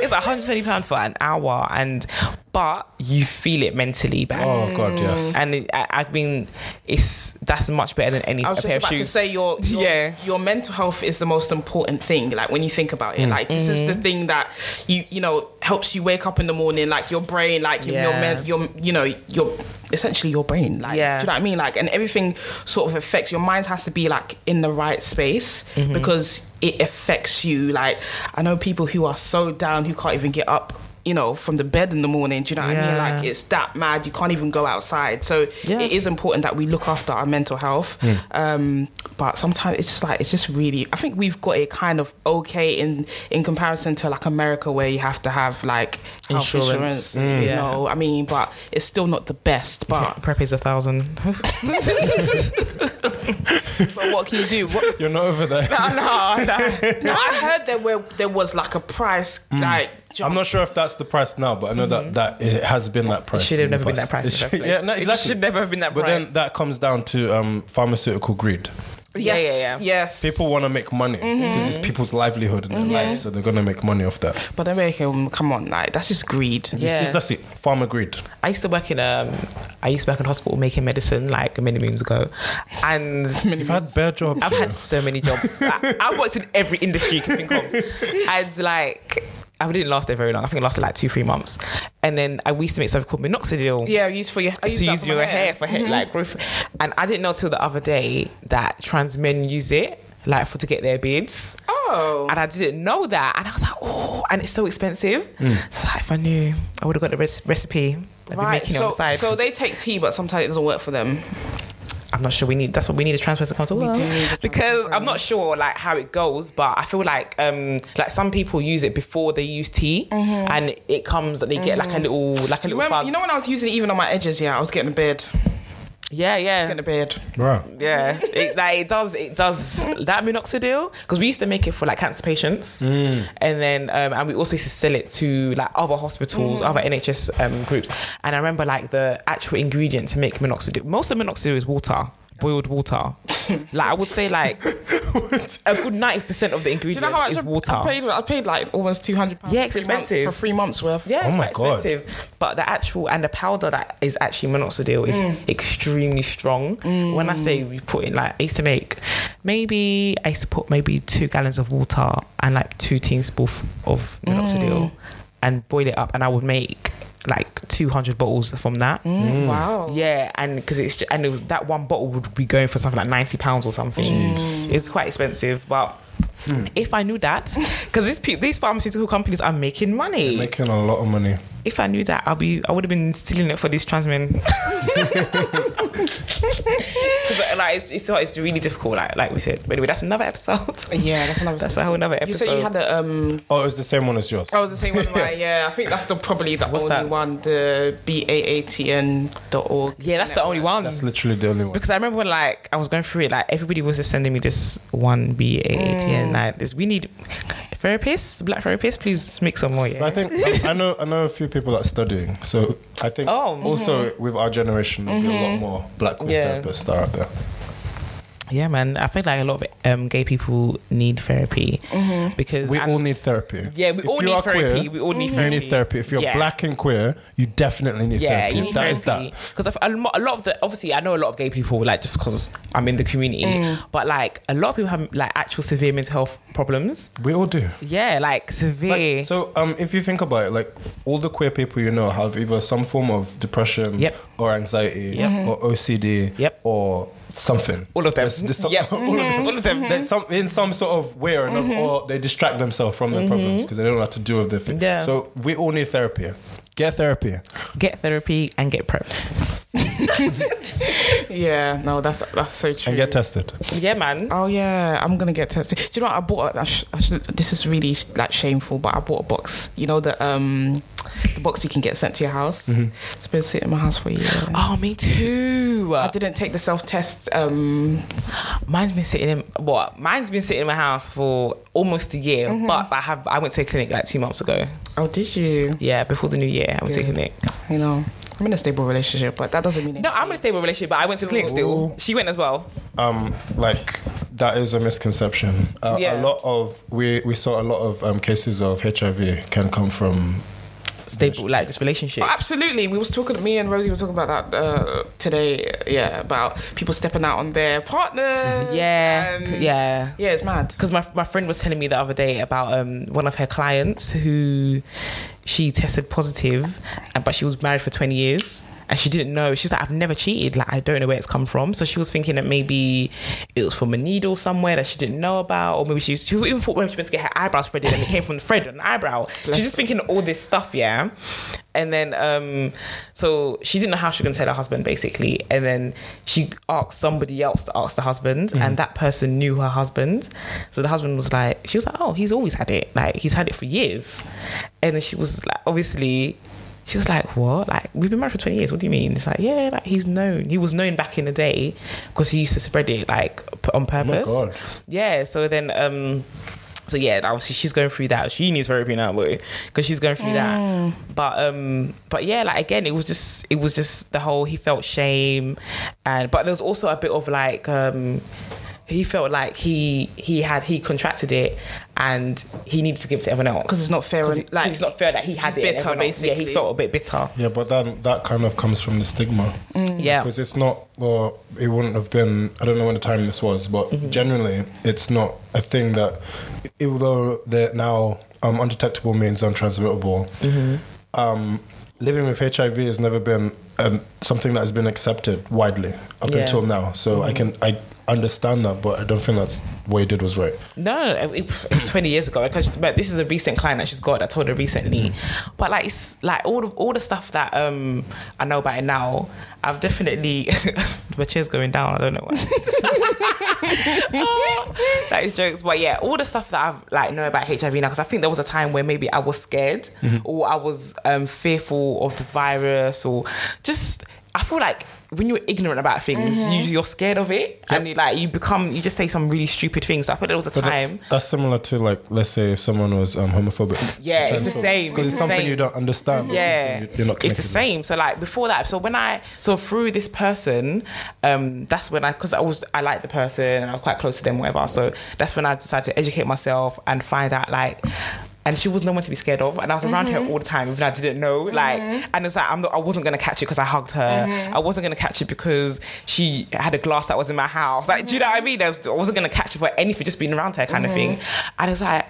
[SPEAKER 2] it's like 120 pound for an hour, and but you feel it mentally, but.
[SPEAKER 3] Oh God, yes.
[SPEAKER 2] And it, I, I've been, it's that's much better than any
[SPEAKER 1] I was
[SPEAKER 2] a
[SPEAKER 1] just
[SPEAKER 2] pair
[SPEAKER 1] about
[SPEAKER 2] of
[SPEAKER 1] to
[SPEAKER 2] shoes.
[SPEAKER 1] say your, your
[SPEAKER 2] Yeah.
[SPEAKER 1] your mental health is the most important thing. Like when you think about it,
[SPEAKER 2] Mm.
[SPEAKER 1] like this is
[SPEAKER 2] Mm-hmm.
[SPEAKER 1] the thing that you you know helps you wake up in the morning. Like your brain, like your your,
[SPEAKER 2] Yeah.
[SPEAKER 1] men, your you know your essentially your brain. Like
[SPEAKER 2] Yeah.
[SPEAKER 1] do you know what I mean? Like and everything sort of affects your mind has to be like in the right space
[SPEAKER 2] Mm-hmm.
[SPEAKER 1] because it affects you. Like I know people who are so down who can't even get up. You know, from the bed in the morning, do you know what I mean?
[SPEAKER 2] Yeah.
[SPEAKER 1] Like it's that mad. You can't even go outside. So
[SPEAKER 2] Yeah.
[SPEAKER 1] it is important that we look after our mental health.
[SPEAKER 3] Hmm.
[SPEAKER 1] Um, but sometimes it's just like it's just really. I think we've got it kind of okay in in comparison to like America, where you have to have like health insurance.
[SPEAKER 2] Insurance.
[SPEAKER 3] Hmm.
[SPEAKER 2] Mm.
[SPEAKER 1] You
[SPEAKER 2] Yeah.
[SPEAKER 1] know, I mean, but it's still not the best. But
[SPEAKER 2] Prep is a thousand.
[SPEAKER 1] but what can you do? What,
[SPEAKER 3] You're not over there.
[SPEAKER 1] no, no, no. No, I heard there were there was like a price like. jump.
[SPEAKER 3] Hmm. I'm not sure if that's the price now, but I know that, that it has been that price.
[SPEAKER 2] Mm-hmm. should have
[SPEAKER 3] in the
[SPEAKER 2] never been that price in
[SPEAKER 3] It
[SPEAKER 2] the
[SPEAKER 3] should-
[SPEAKER 2] first place.
[SPEAKER 3] Yeah, no,
[SPEAKER 2] It
[SPEAKER 3] exactly.
[SPEAKER 2] should never have been that
[SPEAKER 3] But
[SPEAKER 2] price.
[SPEAKER 3] then that comes down to um, pharmaceutical greed.
[SPEAKER 1] Yes,
[SPEAKER 2] Yeah, yeah, yeah.
[SPEAKER 1] yes.
[SPEAKER 3] People want to make money because
[SPEAKER 2] Mm-hmm.
[SPEAKER 3] it's people's livelihood and their life, so they're gonna make money off that.
[SPEAKER 1] but American, come on, like that's just greed.
[SPEAKER 2] Yeah.
[SPEAKER 3] That's it. Farmer greed.
[SPEAKER 2] I used to work in um, I used to work in hospital making medicine like many moons ago, and
[SPEAKER 3] You've had bare jobs.
[SPEAKER 2] I've had so many jobs. I, I've worked in every industry you can think of. And like, I didn't last there very long. I think it lasted like two, three months. And then I we used to make something called minoxidil.
[SPEAKER 1] Yeah, used for your. I
[SPEAKER 2] to
[SPEAKER 1] that
[SPEAKER 2] use
[SPEAKER 1] for my Mm-hmm.
[SPEAKER 2] your hair, for hair like growth. And I didn't know till the other day that trans men use it like for to get their beards.
[SPEAKER 1] Oh.
[SPEAKER 2] And I didn't know that. And I was like, oh, and it's so expensive.
[SPEAKER 1] Mm.
[SPEAKER 2] So like, if I knew, I would have got the res- recipe. I've been making it
[SPEAKER 1] so,
[SPEAKER 2] on the side.
[SPEAKER 1] so they take tea, but sometimes it doesn't work for them.
[SPEAKER 2] I'm not sure we need that's what we need a trans person to come to
[SPEAKER 1] do need a trans
[SPEAKER 2] because
[SPEAKER 1] person.
[SPEAKER 2] I'm not sure like how it goes but I feel like um like some people use it before they use tea and it comes they get like a little like a
[SPEAKER 1] You, Mm-hmm.
[SPEAKER 2] little
[SPEAKER 1] remember,
[SPEAKER 2] fuzz
[SPEAKER 1] you know when I was using it even on my edges, yeah, I was getting a beard.
[SPEAKER 2] yeah yeah
[SPEAKER 1] Getting a beard.
[SPEAKER 3] Right.
[SPEAKER 2] Yeah, it, like it does. It does that minoxidil because we used to make it for like cancer patients,
[SPEAKER 1] Mm.
[SPEAKER 2] and then um, and we also used to sell it to like other hospitals,
[SPEAKER 1] Mm-hmm.
[SPEAKER 2] other NHS um, groups. And I remember like the actual ingredient to make minoxidil. Most of minoxidil is water, boiled water. like I would say like a good ninety percent of
[SPEAKER 1] Do
[SPEAKER 2] the
[SPEAKER 1] you
[SPEAKER 2] ingredient
[SPEAKER 1] know how much
[SPEAKER 2] is
[SPEAKER 1] I-
[SPEAKER 2] water.
[SPEAKER 1] I paid? I paid like almost two hundred pounds.
[SPEAKER 2] Yeah, it's expensive.
[SPEAKER 1] for three months worth.
[SPEAKER 2] yeah, it's
[SPEAKER 3] Oh my
[SPEAKER 2] quite
[SPEAKER 3] God.
[SPEAKER 2] expensive. But the actual and the powder that is actually minoxidil is extremely strong. When I say we put in like I used to make maybe I used to put maybe two gallons of water and like two teaspoons of minoxidil and boil it up and I would make like 200 bottles from that.
[SPEAKER 1] Mm. Wow.
[SPEAKER 2] Yeah, and because it's ju- and it, that one bottle would be going for something like ninety pounds or something. It's quite expensive, but
[SPEAKER 3] Hmm.
[SPEAKER 2] if I knew that, because these pe- these pharmaceutical companies are making money.
[SPEAKER 3] Making a lot of money.
[SPEAKER 2] if I knew that, I'll be I would have been stealing it for these trans men. 'Cause, like it's, it's it's really difficult. Like like we said, but anyway, that's another episode.
[SPEAKER 1] Yeah, that's another.
[SPEAKER 2] that's a whole another
[SPEAKER 1] you
[SPEAKER 2] episode.
[SPEAKER 1] said you had a um.
[SPEAKER 3] Oh, it's the same one as yours.
[SPEAKER 1] Oh, the same one. Right? Yeah, I think that's the probably the
[SPEAKER 2] What's
[SPEAKER 1] only
[SPEAKER 2] that?
[SPEAKER 1] one. The b a a t n dot org.
[SPEAKER 2] yeah, that's the only one.
[SPEAKER 3] That's literally the only one.
[SPEAKER 2] because I remember when like I was going through it, like everybody was just sending me this one B A A T N like this. We need therapists, black therapists, please make some more.
[SPEAKER 3] I
[SPEAKER 2] Yeah.
[SPEAKER 3] think I know I know a few people that's studying, so I think
[SPEAKER 2] Oh, Mm-hmm.
[SPEAKER 3] also with our generation there'll be a lot more black queer
[SPEAKER 2] Yeah.
[SPEAKER 3] therapists that are out there.
[SPEAKER 2] yeah, man. I think like a lot of um, gay people need therapy because
[SPEAKER 3] We
[SPEAKER 2] and-
[SPEAKER 3] all need therapy.
[SPEAKER 2] yeah, we
[SPEAKER 3] If
[SPEAKER 2] all
[SPEAKER 3] you
[SPEAKER 2] need
[SPEAKER 3] are
[SPEAKER 2] therapy.
[SPEAKER 3] queer,
[SPEAKER 2] we all need
[SPEAKER 3] you
[SPEAKER 2] therapy.
[SPEAKER 3] need therapy. If you're
[SPEAKER 2] Yeah.
[SPEAKER 3] black and queer, you definitely need
[SPEAKER 2] Yeah,
[SPEAKER 3] therapy.
[SPEAKER 2] you need
[SPEAKER 3] That is
[SPEAKER 2] therapy. Because a lot a lot of the obviously I know a lot of gay people like just because I'm in the community, but like a lot of people have like actual severe mental health problems.
[SPEAKER 3] that. We all do.
[SPEAKER 2] Yeah, like severe.
[SPEAKER 3] Like, so um, if you think about it, like all the queer people you know have either some form of depression
[SPEAKER 2] Yep.
[SPEAKER 3] or anxiety
[SPEAKER 2] Yep. Mm-hmm.
[SPEAKER 3] or OCD
[SPEAKER 2] Yep.
[SPEAKER 3] or something.
[SPEAKER 2] all of them.
[SPEAKER 3] There's- there's some-
[SPEAKER 2] Yep.
[SPEAKER 3] all of them.
[SPEAKER 2] All of them.
[SPEAKER 3] There's some in some sort of way or
[SPEAKER 2] Mm-hmm.
[SPEAKER 3] another, or they distract themselves from their problems because they don't know how to deal with their thing.
[SPEAKER 2] Yeah.
[SPEAKER 3] So we all need therapy. Get therapy.
[SPEAKER 2] Get therapy and get prepped.
[SPEAKER 1] Yeah. No, that's that's so true.
[SPEAKER 3] and get tested.
[SPEAKER 2] Yeah, man.
[SPEAKER 1] Oh yeah, I'm gonna get tested. Do you know what I bought? A, I sh- I sh- this is really sh- like shameful, but I bought a box. You know the um, the box you can get sent to your house.
[SPEAKER 2] Mm-hmm.
[SPEAKER 1] It's been sitting in my house for a year.
[SPEAKER 2] Oh, me too.
[SPEAKER 1] I didn't take the self test. Um,
[SPEAKER 2] Mine's been sitting in what? Mine's been sitting in my house for almost a year, but I have I went to a clinic like two months ago.
[SPEAKER 1] oh, did you?
[SPEAKER 2] Yeah, before the new year, I went to a
[SPEAKER 1] Good.
[SPEAKER 2] clinic.
[SPEAKER 1] You know, I'm in a stable relationship, but that doesn't mean
[SPEAKER 2] No, I'm in a stable relationship, but I went to clinic still. She went as well.
[SPEAKER 3] um, like that is a misconception. Uh,
[SPEAKER 2] Yeah.
[SPEAKER 3] A lot of we we saw a lot of um, cases of HIV can come from
[SPEAKER 2] Stable, like this relationship.
[SPEAKER 1] Oh, absolutely. We was talking. Me and Rosie were talking about that uh, today. Yeah, about people stepping out on their partners.
[SPEAKER 2] Yeah,
[SPEAKER 1] and-
[SPEAKER 2] yeah.
[SPEAKER 1] yeah. It's mad.
[SPEAKER 2] Because my, my friend was telling me the other day about um, one of her clients who she tested positive, and, but she was married for 20 years and she didn't know. She's like, I've never cheated. Like, I don't know where it's come from. So she was thinking that maybe it was from a needle somewhere that she didn't know about, or maybe she, was, she even thought when she went to get her eyebrows threaded and it came from the thread on the eyebrow. She's just thinking all this stuff, yeah. And then, um, so she didn't know how she was going to tell her husband, basically. And then she asked somebody else to ask the husband, and that person knew her husband. So the husband was like, she was like, oh, he's always had it. Like, he's had it for years. And then she was like, obviously, she was like, "What? Like we've been married for twenty years? What do you mean?" It's like, "Yeah, like he's known. He was known back in the day because he used to spread it like p- on purpose."
[SPEAKER 3] God.
[SPEAKER 2] Yeah. So then, um, so yeah, obviously she's going through that. She needs therapy now, boy, because she's going through
[SPEAKER 1] Mm.
[SPEAKER 2] that. But um, but yeah, like again, it was just it was just the whole he felt shame, and but there was also a bit of like um. He felt like he he had he contracted it, and he needed to give it to everyone else
[SPEAKER 1] 'Cause it's not fair
[SPEAKER 2] Cause
[SPEAKER 1] and-
[SPEAKER 2] it-
[SPEAKER 1] like,
[SPEAKER 2] it's not fair that he had
[SPEAKER 1] he's
[SPEAKER 2] it. and
[SPEAKER 1] bitter,
[SPEAKER 2] everyone else- yeah, he
[SPEAKER 1] basically.
[SPEAKER 2] felt a bit bitter.
[SPEAKER 3] yeah, but that that kind of comes from the stigma.
[SPEAKER 2] Mm.
[SPEAKER 1] Mm.
[SPEAKER 2] Yeah.
[SPEAKER 3] because it's not or it wouldn't have been i don't know when the time
[SPEAKER 2] Mm-hmm.
[SPEAKER 3] this was but generally it's not a thing that even though they're now um, undetectable means untransmittable.
[SPEAKER 2] Mm-hmm.
[SPEAKER 3] Um, living with HIV has never been um, something that has been accepted widely
[SPEAKER 2] Yeah.
[SPEAKER 3] up
[SPEAKER 2] Mm-hmm.
[SPEAKER 3] until now. So I can I understand that, but I don't think that's what he did was right.
[SPEAKER 2] No, it, it was 20 years ago. Because, but this is a recent client that she's got that told her recently. But like, it's like all the, all the stuff that um I know about it now, I've definitely my chair's going down. I don't know why. Oh, that is jokes. But yeah, all the stuff that I've like know about HIV now, because I think there was a time where maybe I was scared or I was um fearful of the virus or just I feel like. When you're ignorant about things, you, you're scared of it, and you like you become you just say some really stupid things. So I thought there was a
[SPEAKER 3] But that-
[SPEAKER 2] time
[SPEAKER 3] that's similar to like let's say if someone was um, homophobic.
[SPEAKER 2] Yeah, it's the
[SPEAKER 3] Transphobic.
[SPEAKER 2] same,
[SPEAKER 3] Because
[SPEAKER 2] it's
[SPEAKER 3] it's
[SPEAKER 2] the
[SPEAKER 3] something
[SPEAKER 2] same.
[SPEAKER 3] you don't understand. it's
[SPEAKER 2] yeah
[SPEAKER 3] something you- You're not
[SPEAKER 2] it's the
[SPEAKER 3] connected with.
[SPEAKER 2] same so like before that so when i so through this person um that's when i because i was i liked the person and i was quite close to them whatever so that's when i decided to educate myself and find out like and she was no one to be scared of, and I was around her all the time, even though I didn't know. Like, and it's like I'm not, I wasn't gonna catch it because I hugged her. I wasn't gonna catch it because she had a glass that was in my house. Like, do you know what I mean? I, was, I wasn't gonna catch it for anything, just being around her kind of thing. And it's like,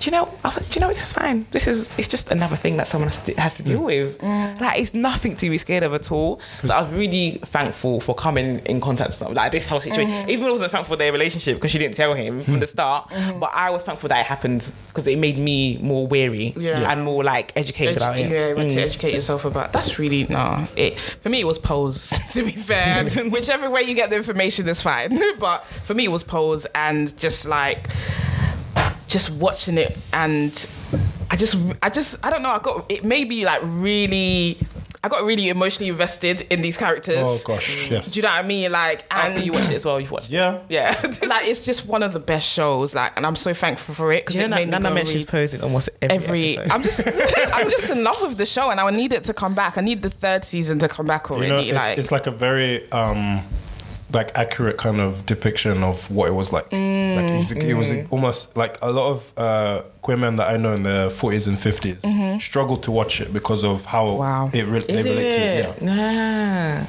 [SPEAKER 2] do you know? I thought, do you know? This is fine. This is it's just another thing that someone has to, has to
[SPEAKER 1] Mm.
[SPEAKER 2] deal with. Like it's nothing to be scared of at all. So I was really thankful for coming in contact with someone like this whole situation.
[SPEAKER 1] Mm-hmm.
[SPEAKER 2] Even though I wasn't thankful for their relationship because she didn't tell him from the start.
[SPEAKER 1] Mm-hmm.
[SPEAKER 2] But I was thankful that it happened because it made me more wary
[SPEAKER 1] Yeah.
[SPEAKER 2] and more like educated about
[SPEAKER 1] Edu-
[SPEAKER 2] it. Mm.
[SPEAKER 1] yeah, but to educate yourself about that's really nah. It for me it was pose. To be fair, whichever way you get the information is fine. but for me it was pose and just like just watching it and I just I just I don't know I got it made me like really I got really emotionally invested in these characters. Mm.
[SPEAKER 3] Oh gosh, yes.
[SPEAKER 1] Do you know what I mean? Like
[SPEAKER 2] And
[SPEAKER 1] and
[SPEAKER 2] so you watched it as well. You've watched it.
[SPEAKER 3] Yeah.
[SPEAKER 2] Yeah.
[SPEAKER 1] like it's just one of the best shows. Like and I'm so thankful for it because
[SPEAKER 2] You
[SPEAKER 1] it
[SPEAKER 2] know,
[SPEAKER 1] made me
[SPEAKER 2] Nana
[SPEAKER 1] go
[SPEAKER 2] mentions
[SPEAKER 1] read
[SPEAKER 2] posing almost every.
[SPEAKER 1] every
[SPEAKER 2] episode.
[SPEAKER 1] I'm just I'm just in love with the show and I need it to come back. I need the third season to come back
[SPEAKER 3] You
[SPEAKER 1] already.
[SPEAKER 3] know, it's,
[SPEAKER 1] like
[SPEAKER 3] it's like a very um, like accurate kind of depiction of what it was like.
[SPEAKER 2] Mm,
[SPEAKER 3] like it's, it was almost like a lot of uh, queer men that I know in their forties and 50s
[SPEAKER 2] Mm-hmm.
[SPEAKER 3] struggle to watch it because of how
[SPEAKER 1] Wow.
[SPEAKER 3] it re- they relate to it. Yeah.
[SPEAKER 2] Yeah.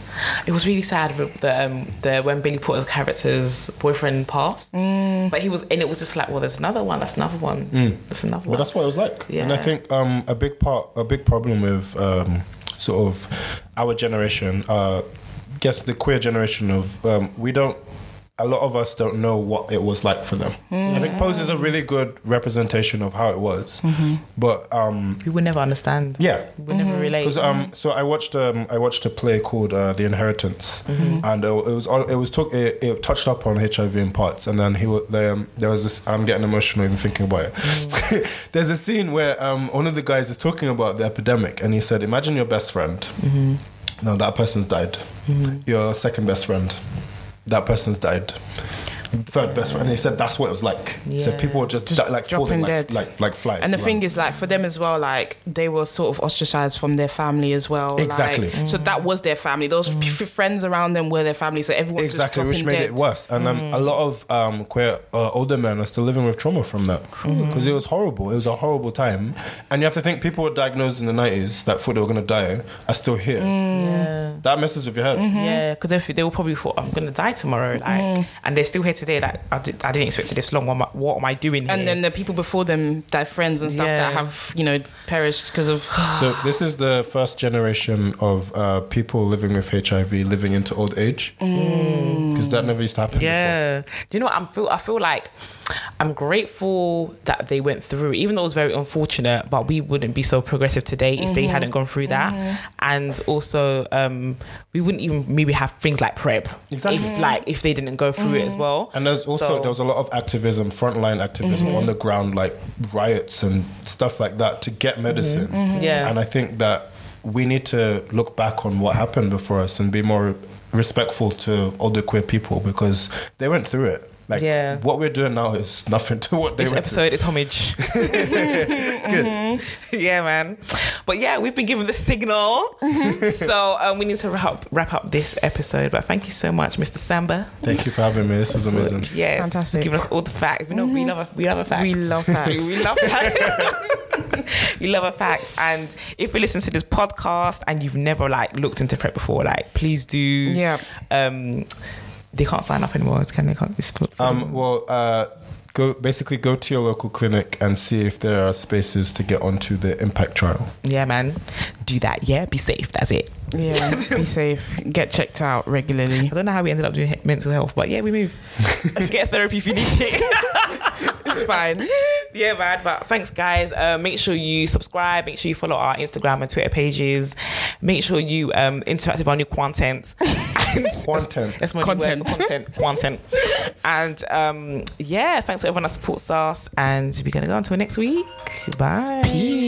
[SPEAKER 2] It was really sad with the, um, the when Billy Porter's character's boyfriend passed.
[SPEAKER 3] Mm.
[SPEAKER 2] But he was and it was just like, well, there's another one, that's another one. That's another
[SPEAKER 3] But
[SPEAKER 2] one.
[SPEAKER 3] that's what it was like. And I
[SPEAKER 2] Yeah.
[SPEAKER 3] think um, a big part, a big problem with um, sort of our generation, uh, guess the queer generation of um, we don't. A lot of us don't know what it was like for them. I think Pose is a really good representation of how it was, but um,
[SPEAKER 2] we will never understand.
[SPEAKER 3] yeah,
[SPEAKER 2] We'll never relate.
[SPEAKER 3] because
[SPEAKER 1] Mm-hmm.
[SPEAKER 3] um, so I watched um, I watched a play called uh, The Inheritance,
[SPEAKER 1] Mm-hmm.
[SPEAKER 3] and uh, it, it was all- it was talk, it, it touched up on HIV in parts, and then he wa- they, um, there was this I'm getting emotional even thinking about it.
[SPEAKER 1] Mm.
[SPEAKER 3] There's a scene where um, one of the guys is talking about the epidemic, and he said, "Imagine your best friend.
[SPEAKER 1] Mm-hmm.
[SPEAKER 3] No, that person's died. Your second best friend. That person's died." Third best friend, and he said that's what it was like. He said
[SPEAKER 2] Yeah.
[SPEAKER 3] people were just, di- like
[SPEAKER 1] dropping
[SPEAKER 3] falling like,
[SPEAKER 1] dead.
[SPEAKER 3] like like flies.
[SPEAKER 1] and the
[SPEAKER 3] around.
[SPEAKER 1] thing is like for them as well, like they were sort of ostracized from their family as well. like-
[SPEAKER 3] Exactly.
[SPEAKER 1] so that was their family. Those f- friends around them were their family. So everyone was
[SPEAKER 3] exactly,
[SPEAKER 1] just
[SPEAKER 3] which
[SPEAKER 1] dropping
[SPEAKER 3] made
[SPEAKER 1] dead.
[SPEAKER 3] it worse. And um, a lot of um, queer uh, older men are still living with trauma from that because it was horrible. It was a horrible time, and you have to think people were diagnosed in the nineties that thought they were going to die are still here.
[SPEAKER 2] Mm. yeah.
[SPEAKER 3] That messes with your head.
[SPEAKER 2] Yeah, because they, they were probably thought I'm gonna die tomorrow, like,
[SPEAKER 3] Mm-hmm.
[SPEAKER 2] and they're still here today. Like, I, did, I didn't expect it this long. What am I, what am I doing here?
[SPEAKER 1] And then the people before them, their friends and stuff
[SPEAKER 2] Yeah.
[SPEAKER 1] that have you know perished because of
[SPEAKER 3] So this is the first generation of uh, people living with HIV living into old age because that never used to happen. before.
[SPEAKER 2] Yeah. Do you know what I'm feel I feel like I'm grateful that they went through, it, even though it was very unfortunate, but we wouldn't be so progressive today if they hadn't gone through that. And also, um, we wouldn't even maybe have things like PrEP.
[SPEAKER 3] Exactly.
[SPEAKER 2] If like if they didn't go through it as well.
[SPEAKER 3] And there's also
[SPEAKER 2] So- Mm-hmm.
[SPEAKER 3] there was a lot of activism, frontline activism on the ground, like riots and stuff like that, to get medicine.
[SPEAKER 2] Mm-hmm. Yeah.
[SPEAKER 3] And I think that we need to look back on what happened before us and be more respectful to older queer people because they went through it. Like
[SPEAKER 2] Yeah.
[SPEAKER 3] what we're doing now is nothing to what they
[SPEAKER 2] this
[SPEAKER 3] went
[SPEAKER 2] episode is homage. yeah, man. But yeah, we've been given the signal. so um, we need to wrap up, wrap up this episode. But thank you so much, Mr. Samba.
[SPEAKER 3] through. Thank you for having me. This was amazing.
[SPEAKER 2] Yes,
[SPEAKER 1] Fantastic.
[SPEAKER 2] Giving us all the facts. We know we love a, we love a fact.
[SPEAKER 1] We love
[SPEAKER 2] We-
[SPEAKER 1] facts.
[SPEAKER 2] we love fact. we love a fact. And if you listen to this podcast and you've never like looked into prep before, like please do.
[SPEAKER 1] Yeah.
[SPEAKER 2] Um, they can't sign up anymore, can they? Can't. It's
[SPEAKER 3] Um, well, because go basically go to your local clinic and see if there are spaces to get onto the impact trial.
[SPEAKER 2] Yeah, man. Do that. Yeah, be safe. That's it.
[SPEAKER 1] Yeah, be safe. Get checked out regularly.
[SPEAKER 2] I don't know how we ended up doing he- mental health, but yeah, we move. Get therapy if you need it.
[SPEAKER 1] It's fine.
[SPEAKER 2] yeah, man. But thanks, guys. Uh, make sure you subscribe. Make sure you follow our Instagram and Twitter pages. Make sure you um, interact with our new content.
[SPEAKER 3] Content.
[SPEAKER 2] That's my new
[SPEAKER 1] Content.
[SPEAKER 2] word, content. Content. and um, yeah, thanks to everyone that supports us. And we're going to go on to next week. Bye.
[SPEAKER 1] Peace.